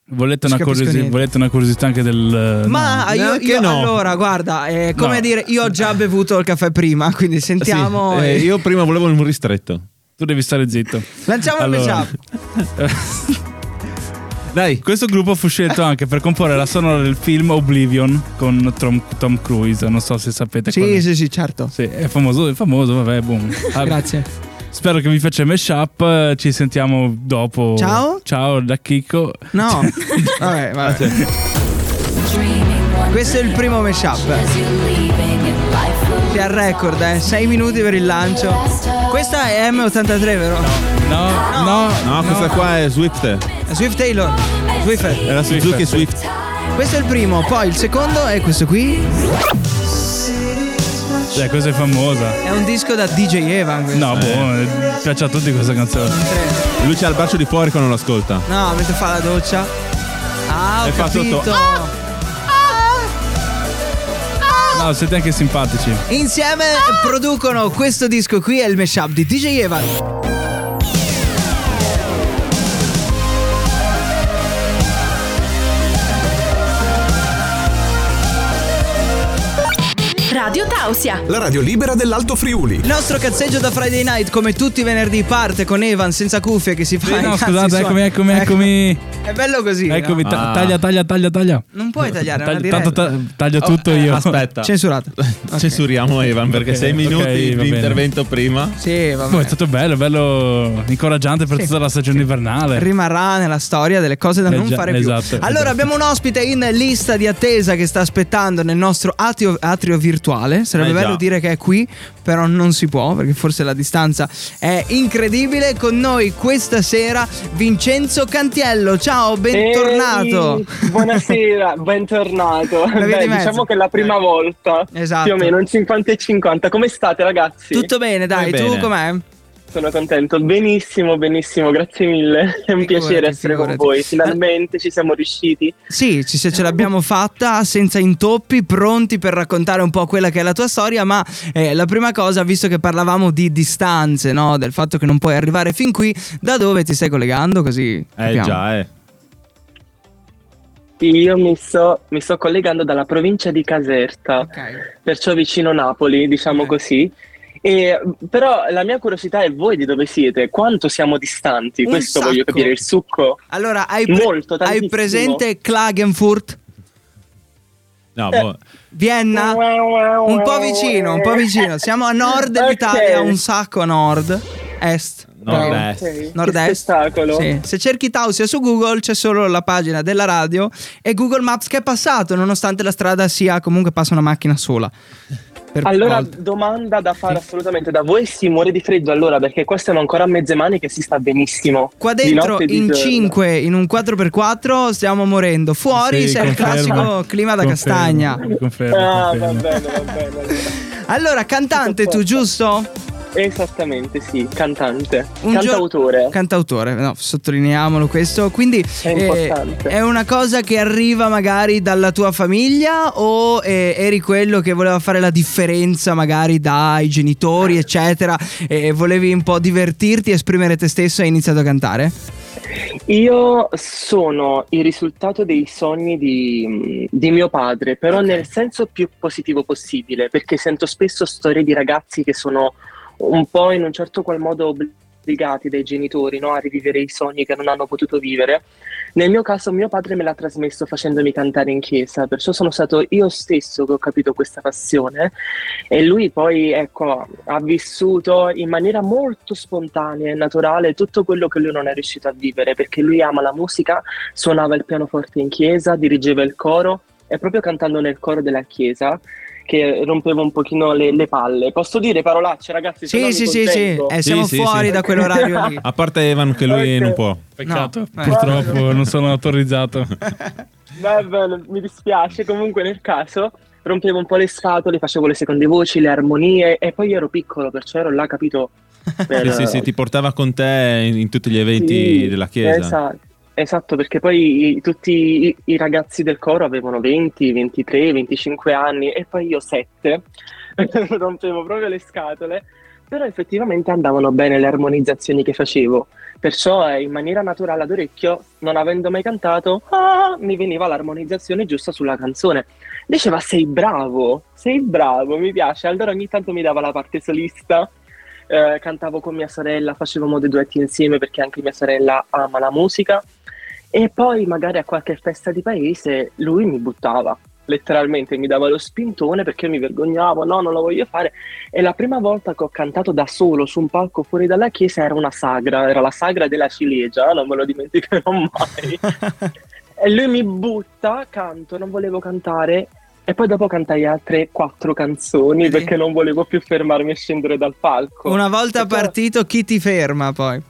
Speaker 5: Volete,
Speaker 2: Non
Speaker 5: una
Speaker 2: ci capisco
Speaker 5: curiosi-
Speaker 2: niente.
Speaker 5: volete una curiosità anche del.
Speaker 2: Ma io,
Speaker 4: Neanche
Speaker 2: io-
Speaker 4: no.
Speaker 2: allora, guarda, è come
Speaker 5: No.
Speaker 2: dire, io ho già bevuto il caffè prima, quindi sentiamo.
Speaker 4: Sì, eh,
Speaker 2: e-
Speaker 4: io prima volevo un ristretto.
Speaker 5: Tu devi stare zitto.
Speaker 2: Lanciamo il
Speaker 5: Allora.
Speaker 2: matchup.
Speaker 4: Dai.
Speaker 5: Questo gruppo fu scelto anche per comporre la sonora del film Oblivion con Tom, Tom Cruise. Non so se sapete qual è.
Speaker 2: Sì, sì, sì, certo.
Speaker 5: Sì, è famoso, è famoso, vabbè, boom. Ah,
Speaker 2: Grazie.
Speaker 5: Spero che vi faccia mesh up, eh, ci sentiamo dopo.
Speaker 2: Ciao.
Speaker 5: Ciao da Chicco.
Speaker 2: No. vabbè, vabbè. Questo è il primo mashup. C'è al record, eh. 6 minuti per il lancio. Questa è M83, vero?
Speaker 5: No, no,
Speaker 4: No, questa qua è Swift.
Speaker 2: Swift Taylor. Swiffer.
Speaker 4: È la
Speaker 5: Swift.
Speaker 4: Suzuki Swift.
Speaker 2: Questo è il primo, poi il secondo è questo qui.
Speaker 5: Cioè, questa è famosa.
Speaker 2: È un disco da DJ Evan. questo.
Speaker 5: No, boh, piace a tutti questa canzone.
Speaker 2: Eh,
Speaker 4: Lui c'ha il braccio di fuori quando l'ascolta.
Speaker 2: No, mentre fa la doccia. Ah, ho
Speaker 4: E fa
Speaker 2: capito.
Speaker 4: sotto.
Speaker 5: No, siete anche simpatici.
Speaker 2: Insieme producono questo disco qui, è il mashup di DJ Evan.
Speaker 7: Radio Tausia.
Speaker 1: La radio libera dell'Alto Friuli.
Speaker 2: Il nostro cazzeggio da Friday Night, come tutti i venerdì, parte con Evan senza cuffie che si fa. i
Speaker 5: Eh, no,
Speaker 2: cazzi
Speaker 5: scusate,
Speaker 2: suoi.
Speaker 5: eccomi, eccomi,
Speaker 2: Ecco,
Speaker 5: eccomi.
Speaker 2: È bello così.
Speaker 5: Eccomi,
Speaker 2: no?
Speaker 5: ta-
Speaker 4: Ah.
Speaker 5: taglia, taglia, taglia, taglia.
Speaker 2: Non puoi tagliare una
Speaker 5: Tagli-
Speaker 2: diretta.
Speaker 5: tanto ta- taglio tutto io.
Speaker 4: Oh, eh, Aspetta.
Speaker 2: Censurato. Ok.
Speaker 4: Censuriamo Evan perché
Speaker 5: Ok,
Speaker 4: sei minuti
Speaker 5: ok, va
Speaker 4: di
Speaker 5: bene.
Speaker 4: intervento prima. Eh,
Speaker 2: Sì,
Speaker 5: Boh, è
Speaker 2: vabbè.
Speaker 5: stato bello, bello incoraggiante per tutta la stagione invernale.
Speaker 2: Rimarrà nella storia delle cose da
Speaker 5: Eh
Speaker 2: non
Speaker 5: già,
Speaker 2: fare più.
Speaker 5: esatto,
Speaker 2: allora
Speaker 5: esatto.
Speaker 2: abbiamo un ospite in lista di attesa che sta aspettando nel nostro atrio, atrio virtuale. Sarebbe
Speaker 4: Eh già.
Speaker 2: bello dire che è qui, però non si può perché forse la distanza è incredibile. Con noi questa sera Vincenzo Cantiello. Ciao, bentornato.
Speaker 8: Ehi, buonasera, bentornato.
Speaker 2: via
Speaker 8: Beh,
Speaker 2: di mezzo.
Speaker 8: diciamo che è la prima volta.
Speaker 2: Esatto.
Speaker 8: Più o meno un 50 e 50. Come state, ragazzi?
Speaker 2: Tutto bene, dai,
Speaker 5: Eh
Speaker 4: Come
Speaker 2: tu
Speaker 4: bene.
Speaker 2: com'è?
Speaker 8: Sono contento. Benissimo, benissimo, grazie mille. È un
Speaker 2: Figurati,
Speaker 8: piacere essere
Speaker 2: figurati. Eh.
Speaker 8: con voi. Finalmente ci siamo riusciti.
Speaker 2: Sì, ci- ce l'abbiamo fatta senza intoppi, pronti per raccontare un po' quella che è la tua storia, ma eh, la prima cosa, visto che parlavamo di distanze, no? del fatto che non puoi arrivare fin qui, da dove ti stai collegando così?
Speaker 4: Eh
Speaker 2: capiamo.
Speaker 4: già, eh.
Speaker 8: Io mi sto, mi sto collegando dalla provincia di Caserta,
Speaker 2: Ok.
Speaker 8: perciò vicino Napoli, diciamo
Speaker 2: Ok.
Speaker 8: così. E, però la mia curiosità è voi di dove siete, quanto siamo distanti,
Speaker 2: Un
Speaker 8: questo voglio
Speaker 2: sacco.
Speaker 8: capire, il succo.
Speaker 2: Allora, hai, pre-
Speaker 8: Molto,
Speaker 2: hai
Speaker 8: tantissimo.
Speaker 2: presente Klagenfurt,
Speaker 4: No, boh.
Speaker 2: Vienna? Un po' vicino, un po' vicino. Siamo a nord
Speaker 8: Ok.
Speaker 2: dell'Italia, un sacco a nord, est.
Speaker 4: Nord-est.
Speaker 8: Ok, Che
Speaker 2: Nord-est.
Speaker 8: spettacolo.
Speaker 2: Sì. Se cerchi Tausia su Google c'è solo la pagina della radio e Google Maps che è passato, nonostante la strada sia comunque passa una macchina sola. Per
Speaker 8: Allora,
Speaker 2: volta.
Speaker 8: domanda da fare assolutamente da voi: si muore di freddo allora? Perché questo è ancora a mezze mani che si sta benissimo.
Speaker 2: Qua
Speaker 8: Di
Speaker 2: dentro
Speaker 8: notte e di
Speaker 2: in
Speaker 8: giorno.
Speaker 2: 5, in un 4x4 stiamo morendo. Fuori
Speaker 5: Sì,
Speaker 2: c'è il
Speaker 5: confermo.
Speaker 2: classico clima da
Speaker 5: Confermo,
Speaker 2: castagna.
Speaker 5: Confermo,
Speaker 8: Ah, va
Speaker 5: confermo.
Speaker 8: bene, va bene. va bene.
Speaker 2: Allora, cantante tu, giusto?
Speaker 8: Esattamente, sì, cantante.
Speaker 2: Un gio-
Speaker 8: Cantautore.
Speaker 2: Cantautore, no, sottolineiamolo questo. Quindi eh,
Speaker 8: È importante.
Speaker 2: è una cosa che arriva magari dalla tua famiglia o eh, eri quello che voleva fare la differenza magari dai genitori, eccetera, e volevi un po' divertirti, esprimere te stesso e hai iniziato a cantare?
Speaker 8: Io sono il risultato dei sogni di, mm, di mio padre, però nel senso più positivo possibile, perché sento spesso storie di ragazzi che sono un po' in un certo qual modo obbligati dai genitori no, a rivivere i sogni che non hanno potuto vivere. Nel mio caso mio padre me l'ha trasmesso facendomi cantare in chiesa, perciò sono stato io stesso che ho capito questa passione e lui poi ecco, ha vissuto in maniera molto spontanea e naturale tutto quello che lui non è riuscito a vivere, perché lui ama la musica, suonava il pianoforte in chiesa, dirigeva il coro e proprio cantando nel coro della chiesa che rompeva un pochino le, le palle. Posso dire parolacce ragazzi? se no
Speaker 2: Sì,
Speaker 8: mi
Speaker 2: sì, sì, sì,
Speaker 8: contento. Ecco.
Speaker 2: eh, siamo
Speaker 4: sì,
Speaker 2: fuori
Speaker 4: sì.
Speaker 2: da quell'orario lì.
Speaker 4: A parte Evan che lui
Speaker 8: Ok.
Speaker 4: non può.
Speaker 5: Peccato,
Speaker 2: No, eh. Oh.
Speaker 5: purtroppo non sono autorizzato.
Speaker 8: Beh, beh, mi dispiace, comunque nel caso rompevo un po' le scatole, facevo le seconde voci, le armonie e poi io ero piccolo, perciò ero là, capito? per-
Speaker 4: Sì, sì, sì, ti portava con te in, in tutti gli eventi
Speaker 8: Sì,
Speaker 4: della chiesa.
Speaker 8: esa- esatto, perché poi i- tutti i, i ragazzi del coro avevano 20, 23, 25 anni e poi io 7, rompevo proprio le scatole, però effettivamente andavano bene le armonizzazioni che facevo, perciò eh, in maniera naturale ad orecchio, non avendo mai cantato, ah, mi veniva l'armonizzazione giusta sulla canzone. Diceva sei bravo, sei bravo, mi piace, allora ogni tanto mi dava la parte solista. Eh, cantavo con mia sorella, facevamo dei duetti insieme perché anche mia sorella ama la musica. E poi magari a qualche festa di paese lui mi buttava, letteralmente mi dava lo spintone perché io mi vergognavo, no, non lo voglio fare. E la prima volta che ho cantato da solo su un palco fuori dalla chiesa era una sagra, era la sagra della ciliegia, eh, non me lo dimenticherò mai. e lui mi butta, canto, non volevo cantare. E poi dopo cantai altre quattro canzoni
Speaker 2: Vedi?
Speaker 8: perché non volevo più fermarmi e scendere dal palco.
Speaker 2: Una volta
Speaker 8: E poi-
Speaker 2: partito chi ti ferma poi?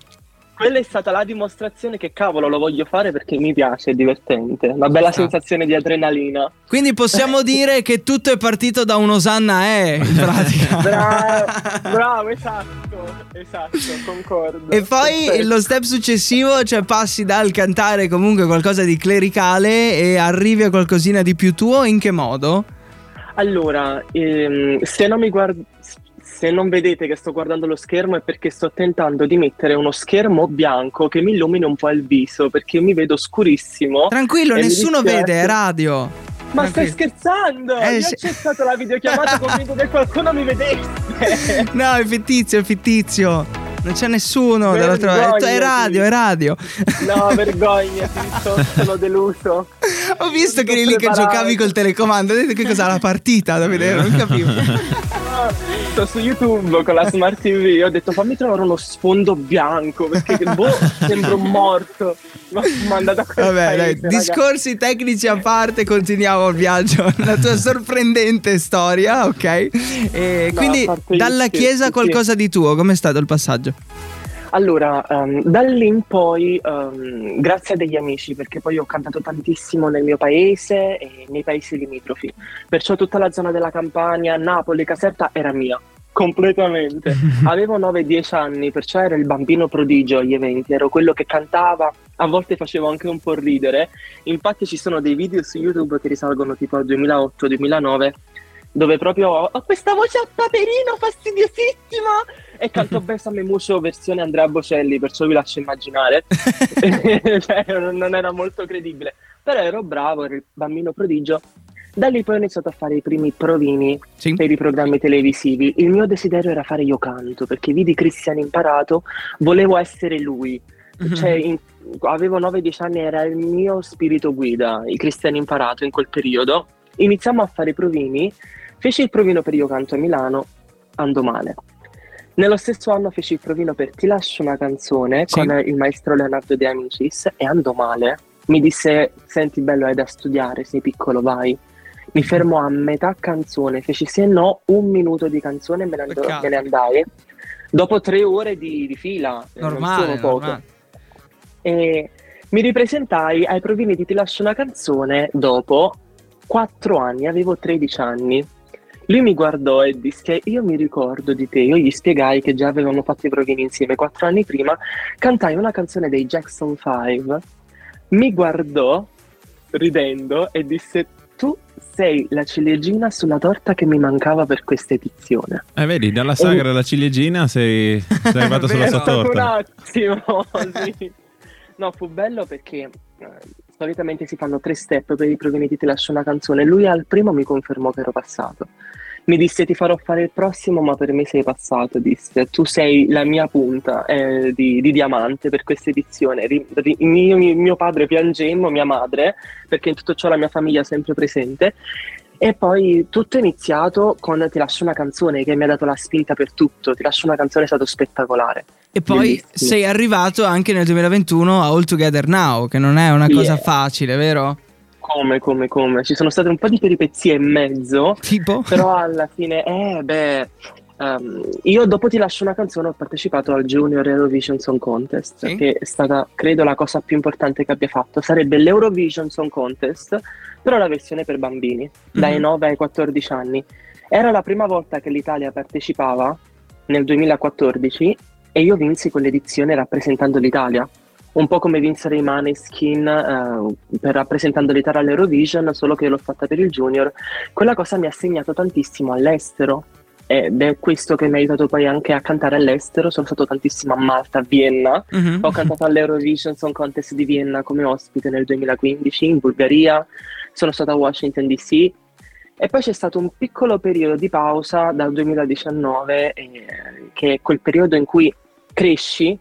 Speaker 8: quella è stata la dimostrazione che cavolo lo voglio fare perché mi piace, è divertente. Una bella
Speaker 2: sta.
Speaker 8: sensazione di adrenalina.
Speaker 2: Quindi possiamo dire che tutto è partito da un'osanna eh, in pratica.
Speaker 8: Bravo, bravo, esatto, esatto, concordo.
Speaker 2: E poi
Speaker 8: Perfetto.
Speaker 2: lo step successivo, cioè passi dal cantare comunque qualcosa di clericale e arrivi a qualcosina di più tuo, in che modo?
Speaker 8: Allora, ehm, se non mi guard- Se non vedete che sto guardando lo schermo è perché sto tentando di mettere uno schermo bianco che mi illumini un po' il viso perché mi vedo scurissimo.
Speaker 2: Tranquillo,
Speaker 8: E mi
Speaker 2: nessuno
Speaker 8: dispiace.
Speaker 2: vede, è radio.
Speaker 8: Ma
Speaker 2: Tranquillo.
Speaker 8: stai scherzando?
Speaker 2: Eh,
Speaker 8: Io ho
Speaker 2: sì.
Speaker 8: accettato la videochiamata convinto che qualcuno mi vedesse.
Speaker 2: No, è fittizio, è fittizio. Non c'è nessuno dall'altra parte. È
Speaker 8: Vergognati.
Speaker 2: radio, è radio.
Speaker 8: No, vergogna, sono, sono deluso.
Speaker 2: Ho visto che
Speaker 8: Non
Speaker 2: eri lì che
Speaker 8: preparato.
Speaker 2: giocavi col telecomando. Ho detto che cos'era la partita da vedere, non capivo.
Speaker 8: Sto su YouTube con la Smart TV. Ho detto fammi trovare uno sfondo bianco perché boh, sembro morto. Ma mandata
Speaker 2: Vabbè, dai, discorsi tecnici a parte, continuiamo il viaggio. La tua sorprendente storia, ok? E
Speaker 8: No,
Speaker 2: quindi
Speaker 8: a parte gli
Speaker 2: dalla
Speaker 8: scherzi,
Speaker 2: chiesa
Speaker 8: sì.
Speaker 2: qualcosa di tuo, com'è stato il passaggio?
Speaker 8: Allora, ehm, da lì in poi, ehm, grazie a degli amici, perché poi ho cantato tantissimo nel mio paese e nei paesi limitrofi, perciò tutta la zona della Campania, Napoli, Caserta era mia, completamente. Avevo 9-10 anni, perciò ero il bambino prodigio agli eventi, ero quello che cantava, a volte facevo anche un po' ridere, infatti ci sono dei video su YouTube che risalgono tipo al 2008-2009, dove proprio ho ho questa voce a paperino fastidiosissima e canto Besame Muscio versione Andrea Bocelli, perciò vi lascio immaginare. Cioè, non non era molto credibile, però ero bravo, ero il bambino prodigio. Da lì poi ho iniziato a fare i primi provini
Speaker 2: Sì.
Speaker 8: per i programmi televisivi. Il mio desiderio era fare io canto, perché vidi Cristian imparato, volevo essere lui. Cioè,
Speaker 2: Mhm.
Speaker 8: in- avevo 9-10 anni, era il mio spirito guida, i Cristian imparato in quel periodo. Iniziamo a fare i provini, feci il provino per Io Canto a Milano, andò male. Nello stesso anno feci il provino per Ti lascio una canzone
Speaker 2: Sì.
Speaker 8: con il maestro Leonardo De Amicis e andò male. Mi disse, senti bello, hai da studiare, sei piccolo, vai. Mi
Speaker 2: Mhm.
Speaker 8: fermò a metà canzone, feci se no un minuto di canzone e me ne, andò-
Speaker 2: Peccato.
Speaker 8: me ne andai. Dopo tre ore di, di fila, eh, non
Speaker 2: Normale,
Speaker 8: sono poco.
Speaker 2: normale.
Speaker 8: E mi ripresentai ai provini di Ti lascio una canzone dopo 4 anni, avevo 13 anni. Lui mi guardò e disse: Io mi ricordo di te. Io gli spiegai che già avevamo fatto i provini insieme 4 anni prima. Cantai una canzone dei Jackson 5. Mi guardò ridendo e disse: Tu sei la ciliegina sulla torta che mi mancava per questa edizione.
Speaker 4: Eh, vedi, dalla sagra alla ciliegina sei, sei arrivato sulla
Speaker 2: Vero.
Speaker 4: sua
Speaker 8: Dopo
Speaker 4: torta.
Speaker 8: un attimo, sì. No, fu bello perché eh, solitamente si fanno tre step per i provini di Ti lascio una canzone. Lui al primo mi confermò che ero passato. Mi disse ti farò fare il prossimo, ma per me sei passato, disse. Tu sei la mia punta eh, di, di diamante per questa edizione. Ri- ri- mio, mio padre piangemmo, mia madre, perché in tutto ciò la mia famiglia è sempre presente. E poi tutto è iniziato con Ti lascio una canzone che mi ha dato la spinta per tutto. Ti lascio una canzone è stato spettacolare.
Speaker 2: E poi
Speaker 8: Bellissimo.
Speaker 2: sei arrivato anche nel 2021 a All Together Now, che non è una cosa
Speaker 8: Yeah.
Speaker 2: facile, vero?
Speaker 8: Come, come, come? Ci sono state un po' di peripezie in mezzo,
Speaker 2: Tipo?
Speaker 8: però alla fine, eh, beh, ehm, io dopo ti lascio una canzone, ho partecipato al Junior Eurovision Song Contest,
Speaker 2: Sì.
Speaker 8: che è stata, credo, la cosa più importante che abbia fatto. Sarebbe l'Eurovision Song Contest, però la versione per bambini, dai
Speaker 2: Mhm.
Speaker 8: 9 ai 14 anni. Era la prima volta che l'Italia partecipava nel 2014 e io vinsi quell'edizione rappresentando l'Italia. Un po' come vinsero i Maneskin eh, per rappresentando l'Italia all'Eurovision, solo che l'ho fatta per il Junior. Quella cosa mi ha segnato tantissimo all'estero ed è questo che mi ha aiutato poi anche a cantare all'estero. Sono stato tantissimo a Malta, a Vienna.
Speaker 2: Mhm.
Speaker 8: Ho cantato all'Eurovision Song Contest di Vienna come ospite nel 2015 in Bulgaria, sono stata a Washington DC e poi c'è stato un piccolo periodo di pausa dal 2019 eh, che è quel periodo in cui cresci,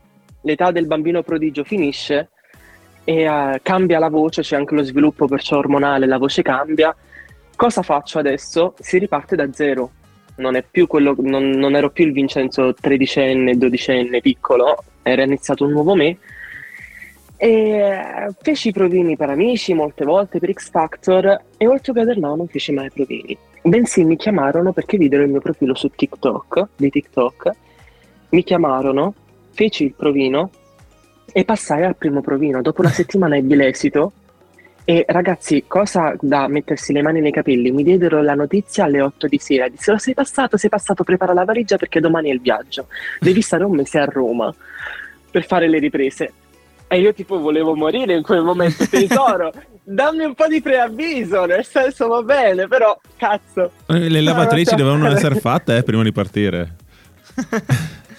Speaker 8: l'età del bambino prodigio finisce e eh, cambia la voce, c'è anche lo sviluppo perciò ormonale, la voce cambia. Cosa faccio adesso? Si riparte da zero non, è più quello, non, non ero più il Vincenzo tredicenne, dodicenne, piccolo, era iniziato un nuovo me. E eh, feci i provini per amici molte volte, per X Factor, e oltre che per no non feci mai provini. Bensì mi chiamarono perché videro il mio profilo su TikTok, di TikTok, mi chiamarono, feci il provino e passai al primo provino. Dopo una settimana ebbi l'esito e ragazzi, cosa da mettersi le mani nei capelli? Mi diedero la notizia alle 8 di sera. Dissero: Sei passato, sei passato, prepara la valigia perché domani è il viaggio. Devi stare un mese a Roma per fare le riprese. E io, tipo, volevo morire in quel momento, tesoro. dammi un po' di preavviso, nel senso va bene, però cazzo,
Speaker 4: Eh, Le lavatrici
Speaker 8: No, no,
Speaker 4: dovevano
Speaker 8: no.
Speaker 4: essere fatte eh, prima di partire.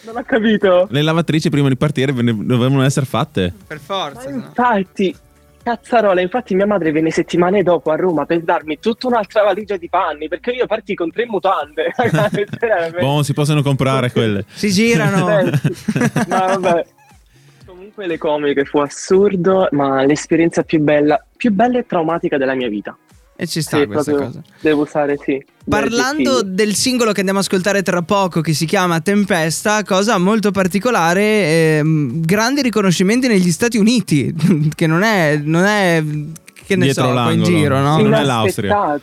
Speaker 8: non ho capito.
Speaker 4: Le lavatrici prima di partire ve ne- dovevano essere fatte.
Speaker 2: Per
Speaker 8: Ma
Speaker 2: forza. no?
Speaker 8: infatti, cazzarola, infatti mia madre venne settimane dopo a Roma per darmi tutta un'altra valigia di panni, perché io partii con tre mutande. Veramente.
Speaker 4: Boh, si possono comprare quelle.
Speaker 2: Si girano.
Speaker 8: Senti, ma vabbè. Comunque le comiche fu assurdo, ma l'esperienza più bella, più bella e traumatica della mia vita.
Speaker 2: e ci sta
Speaker 8: Sì,
Speaker 2: questa
Speaker 8: proprio
Speaker 2: cosa.
Speaker 8: Devo usare sì.
Speaker 2: Parlando
Speaker 8: Beh,
Speaker 2: del singolo che andiamo a ascoltare tra poco, che si chiama Tempesta, cosa molto particolare, ehm, grandi riconoscimenti negli Stati Uniti, che non è, non è che ne
Speaker 4: Dietro
Speaker 2: so, qua in
Speaker 4: l'angolo.
Speaker 2: giro, no?
Speaker 4: Sì,
Speaker 8: sì.
Speaker 4: non è l'Austria.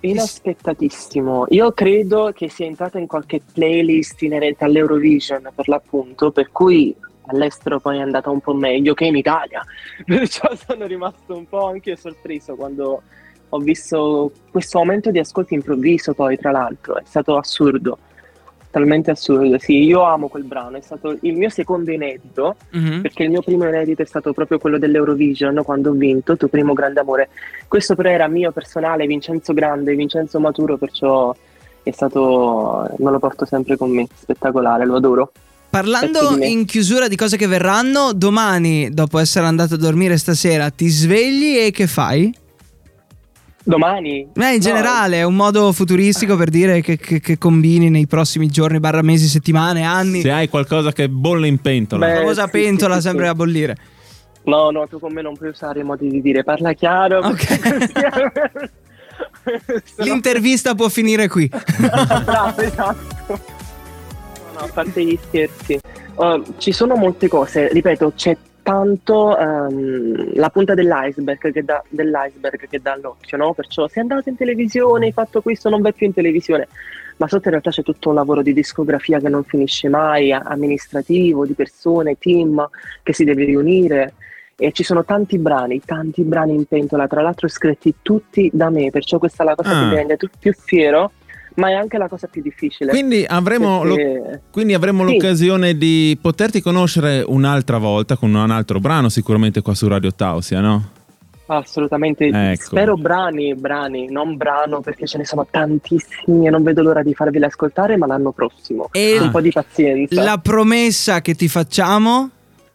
Speaker 8: Inaspettato, inaspettatissimo. Io credo che sia entrata in qualche playlist inerente all'Eurovision per l'appunto, per cui all'estero poi è andata un po' meglio che in Italia. Perciò sono rimasto un po' anche io sorpreso quando ho visto questo aumento di ascolti improvviso poi tra l'altro, è stato assurdo. Talmente assurdo, sì, io amo quel brano, è stato il mio secondo inedito,
Speaker 2: Mhm.
Speaker 8: perché il mio primo inedito è stato proprio quello dell'Eurovision quando ho vinto tuo primo grande amore questo però era mio personale Vincenzo Grande Vincenzo Maturo perciò è stato me lo porto sempre con me spettacolare lo adoro Pezzo
Speaker 2: Parlando
Speaker 8: di me.
Speaker 2: in chiusura di cose che verranno, domani, dopo essere andato a dormire stasera, ti svegli e che fai?
Speaker 8: domani
Speaker 2: Eh, in
Speaker 8: No,
Speaker 2: generale, è un modo futuristico per dire che, che- che combini nei prossimi giorni, barra mesi, settimane, anni.
Speaker 4: Se hai qualcosa che bolle in pentola.
Speaker 8: Beh,
Speaker 2: La famosa
Speaker 8: Eh, sì,
Speaker 2: pentola
Speaker 8: sì, sì,
Speaker 2: sempre
Speaker 8: sì.
Speaker 2: da bollire.
Speaker 8: no no tu con me non puoi usare i modi di dire parla chiaro
Speaker 2: Ok.
Speaker 8: Sennò-
Speaker 2: L'intervista può finire qui.
Speaker 8: Bravo, esatto no, a parte gli scherzi, eh, ci sono molte cose, ripeto, c'è tanto ehm, la punta dell'iceberg che, dà, dell'iceberg che dà all'occhio, no? Perciò sei andato in televisione, hai fatto questo, non vai più in televisione, ma sotto in realtà c'è tutto un lavoro di discografia che non finisce mai, a- amministrativo, di persone, team che si deve riunire e ci sono tanti brani, tanti brani in pentola, tra l'altro scritti tutti da me, perciò questa è la cosa
Speaker 4: Ah.
Speaker 8: che mi rende tu- più fiero, ma è anche la cosa più difficile.
Speaker 4: Quindi avremo, lo-
Speaker 8: perché-
Speaker 4: quindi avremo
Speaker 8: Sì.
Speaker 4: l'occasione di poterti conoscere un'altra volta con un altro brano, sicuramente qua su Radio Tausia, no?
Speaker 8: Assolutamente,
Speaker 4: Ecco.
Speaker 8: spero brani, brani, non brano perché ce ne sono tantissimi e non vedo l'ora di farveli ascoltare, ma l'anno prossimo.
Speaker 2: E
Speaker 8: Un po' di pazienza.
Speaker 2: la promessa che ti facciamo,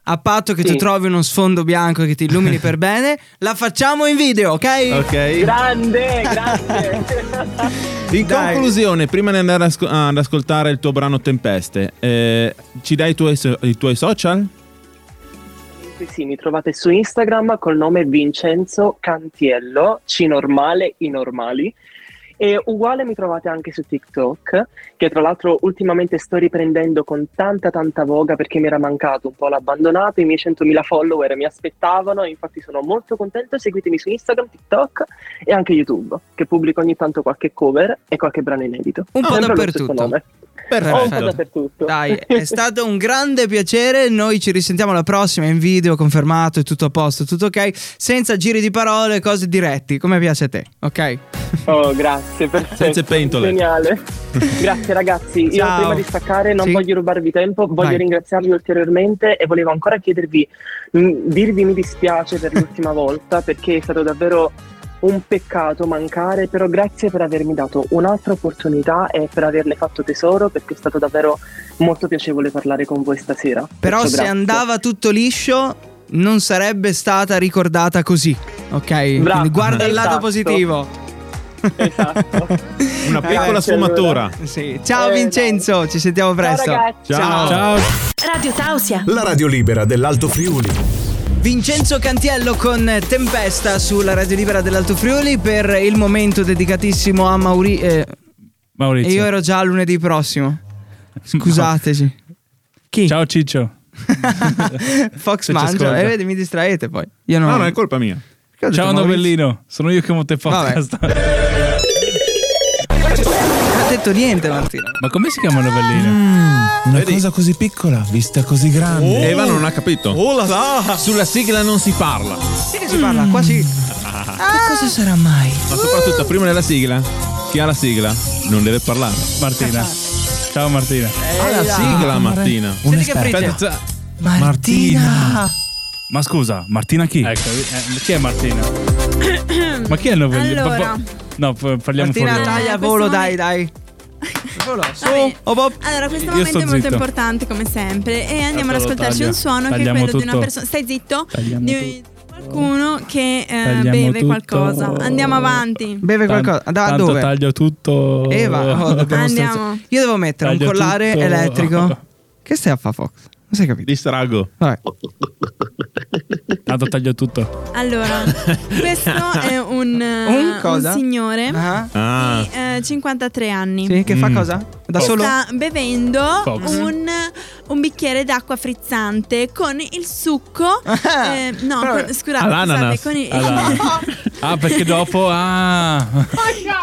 Speaker 2: a patto che
Speaker 8: Sì.
Speaker 2: tu trovi uno sfondo bianco che ti illumini per bene, la facciamo in video, ok?
Speaker 4: Ok.
Speaker 8: Grande, grande.
Speaker 4: In
Speaker 2: Dai.
Speaker 4: conclusione, prima di andare asco- ad ascoltare il tuo brano Tempeste, eh, ci dai i tuoi, so- i tuoi social?
Speaker 8: Comunque sì, mi trovate su Instagram col nome Vincenzo Cantiello, C normale, I normali. E uguale mi trovate anche su TikTok, che tra l'altro ultimamente sto riprendendo con tanta tanta voga perché mi era mancato un po' l'abbandonato, i miei 100.000 follower mi aspettavano, infatti sono molto contento, seguitemi su Instagram, TikTok e anche YouTube, che pubblico ogni tanto qualche cover e qualche brano inedito.
Speaker 2: Un po'
Speaker 8: Sempre allo
Speaker 2: dappertutto.
Speaker 8: stesso nome.
Speaker 2: Perfetto.
Speaker 8: Un po' dappertutto.
Speaker 2: Dai, è stato un grande piacere. Noi ci risentiamo alla prossima in video, confermato, è tutto a posto, tutto ok. Senza giri di parole, cose diretti, come piace a te, ok?
Speaker 8: Oh, grazie, perfetto.
Speaker 4: Senza pentole.
Speaker 8: Geniale. grazie ragazzi, io
Speaker 2: Ciao.
Speaker 8: prima di staccare non
Speaker 2: Sì.
Speaker 8: voglio rubarvi tempo, voglio
Speaker 2: Vai.
Speaker 8: ringraziarvi ulteriormente e volevo ancora chiedervi, mh, dirvi mi dispiace per l'ultima volta perché è stato davvero un peccato mancare, però grazie per avermi dato un'altra opportunità e per averne fatto tesoro perché è stato davvero molto piacevole parlare con voi stasera.
Speaker 2: Però
Speaker 8: Perciò
Speaker 2: se
Speaker 8: grazie.
Speaker 2: andava tutto liscio, non sarebbe stata ricordata così, ok?
Speaker 8: Bravo.
Speaker 2: Quindi guarda il lato
Speaker 8: Esatto.
Speaker 2: positivo.
Speaker 8: Esatto.
Speaker 2: Eh,
Speaker 4: Una piccola
Speaker 8: Grazie, allora.
Speaker 4: sfumatura.
Speaker 2: Sì. Ciao
Speaker 8: Eh,
Speaker 2: Vincenzo, ci sentiamo presto.
Speaker 8: ragazzi.
Speaker 4: Ciao.
Speaker 5: Ciao.
Speaker 7: Radio Tausia.
Speaker 1: La radio libera dell'Alto Friuli.
Speaker 2: Vincenzo Cantiello con Tempesta sulla Radio Libera dell'Alto Friuli per il momento dedicatissimo a Mauri... eh, e
Speaker 5: Maurizio.
Speaker 2: io ero già lunedì prossimo. Scusateci. Chi?
Speaker 5: Ciao Ciccio.
Speaker 2: Fox
Speaker 5: Se ci
Speaker 2: mangia.
Speaker 5: ascolta.
Speaker 2: Eh, vedi, mi distraete poi. Io non...
Speaker 4: No, no, è colpa mia.
Speaker 2: Perché ho detto
Speaker 5: Ciao
Speaker 2: Maurizio?
Speaker 5: Novellino. Sono io che monto il podcast.
Speaker 2: Non ha detto niente Martino.
Speaker 5: Ma come si chiama
Speaker 2: Mm.
Speaker 5: Novellino?
Speaker 10: Una cosa così piccola, vista così grande.
Speaker 4: Eva non ha capito. Sulla sigla non si parla.
Speaker 2: Sì che si parla,
Speaker 5: Mm.
Speaker 2: qua si... Che cosa sarà mai?
Speaker 4: Ma soprattutto prima della sigla, chi ha la sigla non deve parlare.
Speaker 5: Martina. Ciao Martina.
Speaker 4: Ha la sigla Martina.
Speaker 10: Un
Speaker 2: Senti che
Speaker 10: esperto.
Speaker 2: frigge.
Speaker 4: Aspetta,
Speaker 10: Martina.
Speaker 5: Ma scusa, Martina chi? Ecco, eh, chi è Martina? Ma chi è il Novellino?
Speaker 3: Allora.
Speaker 5: Pa- pa- No, fa- parliamo
Speaker 2: Martina
Speaker 5: fuori.
Speaker 2: taglia
Speaker 3: Eh,
Speaker 2: al volo,
Speaker 3: questo
Speaker 2: dai, dai. Volo, su,
Speaker 3: Vabbè.
Speaker 2: oh, Bob.
Speaker 3: Allora, questo
Speaker 5: Io
Speaker 3: momento
Speaker 5: sto
Speaker 3: è molto
Speaker 5: zitto.
Speaker 3: importante come sempre e andiamo ad
Speaker 5: Tanto lo
Speaker 3: ascoltarci
Speaker 5: taglio.
Speaker 3: un suono
Speaker 5: Tagliamo
Speaker 3: che è quello di una
Speaker 5: tutto.
Speaker 3: persona. Stai zitto?
Speaker 5: Tagliamo
Speaker 3: Di qualcuno che eh,
Speaker 5: Tagliamo
Speaker 3: beve
Speaker 5: tutto.
Speaker 3: qualcosa. Andiamo avanti.
Speaker 2: Beve
Speaker 5: Tan-
Speaker 2: qualcosa. Da
Speaker 5: tanto
Speaker 2: dove?
Speaker 5: taglio tutto.
Speaker 2: Eva, oh, dobbiamo
Speaker 3: Andiamo.
Speaker 2: Io devo mettere
Speaker 5: Taglio
Speaker 2: un collare
Speaker 5: tutto.
Speaker 2: elettrico. Che stai a fa Fox? Non sei capito.
Speaker 4: Distrago.
Speaker 2: Vabbè.
Speaker 5: Tanto taglio tutto.
Speaker 3: Allora, questo è un, eh,
Speaker 2: Un cosa?
Speaker 3: signore
Speaker 2: Ah,
Speaker 4: Ah.
Speaker 3: di eh, 53 anni.
Speaker 2: sì, che fa
Speaker 4: Mm.
Speaker 2: cosa? Da
Speaker 3: che
Speaker 2: solo?
Speaker 3: Sta bevendo
Speaker 5: Fox.
Speaker 3: un, un bicchiere d'acqua frizzante con il succo.
Speaker 2: Ah.
Speaker 3: eh, no,
Speaker 2: Però-
Speaker 3: con- scusate,
Speaker 4: All'ananas.
Speaker 3: scusate, con il-
Speaker 5: Allora. ah, perché dopo. Ah.
Speaker 2: Eh.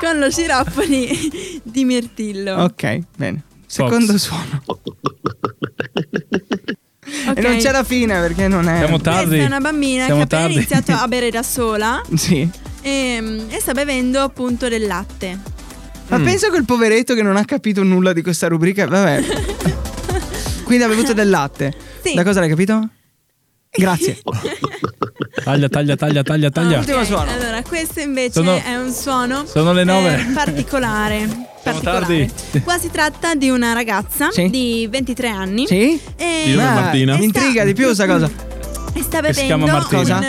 Speaker 3: con lo sciroppo di, di mirtillo.
Speaker 2: Ok, bene. Secondo suono.
Speaker 3: Ok.
Speaker 2: E non c'è la fine perché non è.
Speaker 5: Siamo t- Tardi.
Speaker 3: Questa è una bambina che ha
Speaker 5: Siamo
Speaker 3: appena
Speaker 5: tardi.
Speaker 3: iniziato a bere da sola
Speaker 2: sì.
Speaker 3: e, e sta bevendo appunto del latte.
Speaker 2: Ma pensa a quel poveretto che non ha capito nulla di questa rubrica. Vabbè. Quindi ha bevuto del latte.
Speaker 3: Sì.
Speaker 2: Da cosa l'hai capito? Grazie.
Speaker 5: Taglia, taglia, taglia, taglia, taglia.
Speaker 2: Ultimo
Speaker 3: Ok,
Speaker 2: suono.
Speaker 3: Allora, questo invece
Speaker 5: Sono-
Speaker 3: è un suono
Speaker 5: sono le
Speaker 3: eh,
Speaker 5: nove.
Speaker 3: particolare. particolare.
Speaker 5: tardi.
Speaker 3: Qua si tratta di una ragazza
Speaker 2: Sì.
Speaker 3: di 23 anni.
Speaker 2: Sì?
Speaker 3: E
Speaker 4: Io
Speaker 2: Beh,
Speaker 4: sono Martina.
Speaker 2: Mi intriga di più questa cosa.
Speaker 3: e sta
Speaker 5: Che si chiama
Speaker 3: bevendo
Speaker 5: Martina.
Speaker 3: un,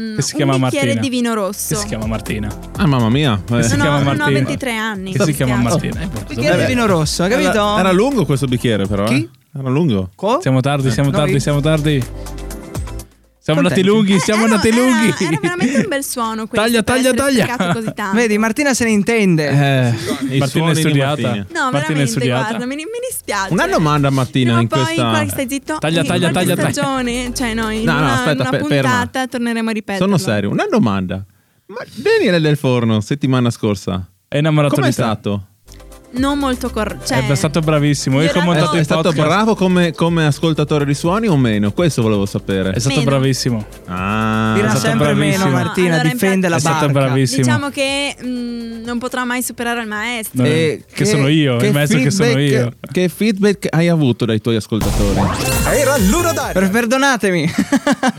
Speaker 3: ehm,
Speaker 5: Che si chiama
Speaker 3: un bicchiere
Speaker 5: Martina.
Speaker 3: di vino
Speaker 5: Che
Speaker 3: rosso.
Speaker 5: si chiama Martina.
Speaker 4: Ah, mamma mia. Eh,
Speaker 5: si
Speaker 3: no,
Speaker 5: chiama
Speaker 3: no,
Speaker 5: Martina.
Speaker 3: no, 23 anni.
Speaker 5: Che si chiama Martina. Eh,
Speaker 2: Bicchiere di vino rosso, hai capito?
Speaker 4: Era, era lungo questo bicchiere, però. eh.
Speaker 2: Chi?
Speaker 4: Era lungo.
Speaker 2: Co?
Speaker 5: Siamo tardi, siamo
Speaker 2: No,
Speaker 3: Eh,
Speaker 5: tardi,
Speaker 2: io-
Speaker 5: siamo tardi. Siamo andati lunghi, siamo
Speaker 3: Era-
Speaker 5: andati
Speaker 3: Eh, era-
Speaker 5: lunghi.
Speaker 3: Era veramente un bel suono questo.
Speaker 5: Taglia,
Speaker 3: per
Speaker 5: taglia,
Speaker 3: essere
Speaker 5: taglia.
Speaker 3: spiegato così tanto.
Speaker 2: Vedi, Martina se ne intende.
Speaker 5: Eh, Martina è
Speaker 4: suoni di
Speaker 5: studiata.
Speaker 4: Martina.
Speaker 3: No,
Speaker 5: Martina è
Speaker 3: veramente,
Speaker 5: studiata.
Speaker 3: guarda, mi, mi dispiace.
Speaker 4: Una domanda Martina
Speaker 3: Prima o
Speaker 4: in
Speaker 3: poi,
Speaker 4: questa
Speaker 3: guarda, stai zitto.
Speaker 4: Taglia,
Speaker 3: in
Speaker 4: taglia,
Speaker 3: qualche
Speaker 4: taglia, taglia.
Speaker 3: stagione, cioè noi in
Speaker 4: No, no,
Speaker 3: una,
Speaker 4: aspetta,
Speaker 3: in una
Speaker 4: fe- ferma.
Speaker 3: puntata torneremo a ripeterlo.
Speaker 4: Sono serio, una domanda. Ma Daniele del Forno, settimana scorsa,
Speaker 5: È innamorato
Speaker 4: com'è
Speaker 5: di te.
Speaker 4: stato?
Speaker 3: Non molto
Speaker 4: Eh,
Speaker 3: corretto. Cioè,
Speaker 5: È stato bravissimo. Io
Speaker 3: Io
Speaker 5: che ho
Speaker 3: ero-
Speaker 5: montato
Speaker 3: no,
Speaker 4: È
Speaker 5: il
Speaker 4: stato
Speaker 5: podcast.
Speaker 4: bravo come, come ascoltatore di suoni o meno? Questo volevo sapere.
Speaker 5: È stato
Speaker 3: Meno.
Speaker 5: bravissimo.
Speaker 4: Ah,
Speaker 2: Dirà
Speaker 5: stato
Speaker 2: sempre
Speaker 5: bravissimo.
Speaker 2: meno Martina,
Speaker 3: No, allora, in
Speaker 2: difende la
Speaker 5: è
Speaker 2: barca.
Speaker 5: stato bravissimo.
Speaker 3: diciamo che mh, non potrà mai superare il maestro.
Speaker 5: Non è- che, sono io, il maestro che sono
Speaker 4: Eh, feedback-
Speaker 5: io.
Speaker 4: Che feedback hai avuto dai tuoi ascoltatori?
Speaker 1: Era l'ora d'aria.
Speaker 2: Per- perdonatemi.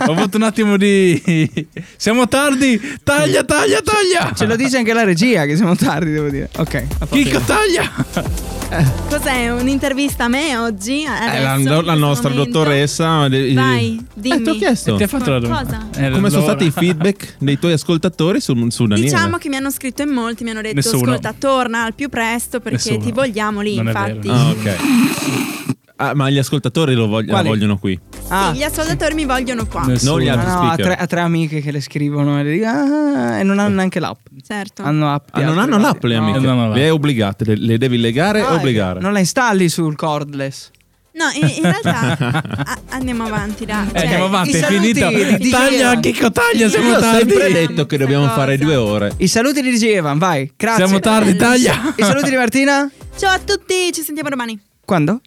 Speaker 5: Ho avuto un attimo di. Siamo tardi! Taglia, taglia, taglia!
Speaker 2: Ce lo dice anche la regia che siamo tardi, devo dire. Ok. a posto.
Speaker 5: Chicco, taglia!
Speaker 3: Cos'è? Un'intervista a me oggi?
Speaker 4: Eh,
Speaker 3: Adesso,
Speaker 4: la,
Speaker 3: in
Speaker 4: la
Speaker 3: questo
Speaker 4: nostra
Speaker 3: momento?
Speaker 4: dottoressa. eh,
Speaker 3: Vai,
Speaker 4: eh, ti ho
Speaker 3: dimmi.
Speaker 4: chiesto.
Speaker 5: Ti ha fatto la
Speaker 3: Cosa?
Speaker 5: domanda. Eh,
Speaker 4: Come sono
Speaker 5: allora.
Speaker 4: stati i feedback dei tuoi ascoltatori su, su Daniele?
Speaker 3: Diciamo che mi hanno scritto in molti, mi hanno detto
Speaker 5: Nessuno.
Speaker 3: ascolta, torna al più presto perché
Speaker 5: Nessuno.
Speaker 3: ti vogliamo lì,
Speaker 5: Non è vero.
Speaker 3: infatti.
Speaker 4: Ah, ok. Ah, ma gli ascoltatori lo vog- la
Speaker 2: Quali?
Speaker 4: vogliono qui,
Speaker 2: Ah.
Speaker 3: Sì, gli ascoltatori mi vogliono qua.
Speaker 4: non gli
Speaker 5: Nessuno.
Speaker 4: altri
Speaker 2: No, no, ha
Speaker 4: speaker.
Speaker 2: tre, ha tre amiche che le scrivono e, le dico, "Ah", e non hanno neanche l'app.
Speaker 3: Certo.
Speaker 2: Hanno app. di
Speaker 4: Ah, non
Speaker 2: altri
Speaker 4: hanno
Speaker 2: radio.
Speaker 4: l'app le
Speaker 2: No.
Speaker 4: amiche,
Speaker 5: Non hanno l'app.
Speaker 4: le è obbligate, le, le devi legare
Speaker 2: Ah,
Speaker 4: e
Speaker 2: è
Speaker 4: obbligare.
Speaker 2: vero. Non la installi sul cordless.
Speaker 3: No, in, in realtà a- andiamo avanti, dai. Cioè,
Speaker 5: Eh, andiamo avanti,
Speaker 2: i
Speaker 5: è
Speaker 2: saluti
Speaker 5: finita.
Speaker 2: di- di-
Speaker 5: Taglia, Chicco, taglia!
Speaker 4: Io
Speaker 5: Siamo
Speaker 4: ho
Speaker 5: tardi!
Speaker 4: sempre
Speaker 3: Diciamo
Speaker 4: detto che
Speaker 3: questa
Speaker 4: dobbiamo
Speaker 3: cosa.
Speaker 4: fare due ore.
Speaker 2: I saluti di DJ Evan, vai. Grazie.
Speaker 5: Siamo tardi, taglia!
Speaker 2: I saluti di Martina?
Speaker 3: Ciao a tutti, ci sentiamo domani.
Speaker 2: Quando?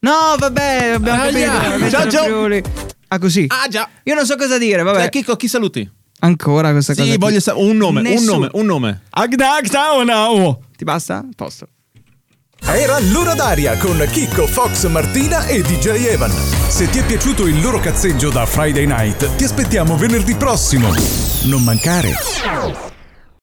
Speaker 2: No, vabbè, abbiamo
Speaker 5: Taglia.
Speaker 2: capito.
Speaker 4: Ah, Ciao, ciao.
Speaker 2: Giorgio. Ah, così.
Speaker 4: Ah già,
Speaker 2: Io non so cosa dire, vabbè.
Speaker 4: Dai, Chicco, chi saluti?
Speaker 2: Ancora questa cosa.
Speaker 4: Sì,
Speaker 2: qui.
Speaker 4: voglio sa- un nome,
Speaker 2: Nessuno.
Speaker 4: un nome, un nome.
Speaker 2: Ti basta? A Posto.
Speaker 1: Era l'ora d'aria con Chicco, Fox, Martina e DJ Evan. Se ti è piaciuto il loro cazzeggio da Friday Night, ti aspettiamo venerdì prossimo. Non mancare.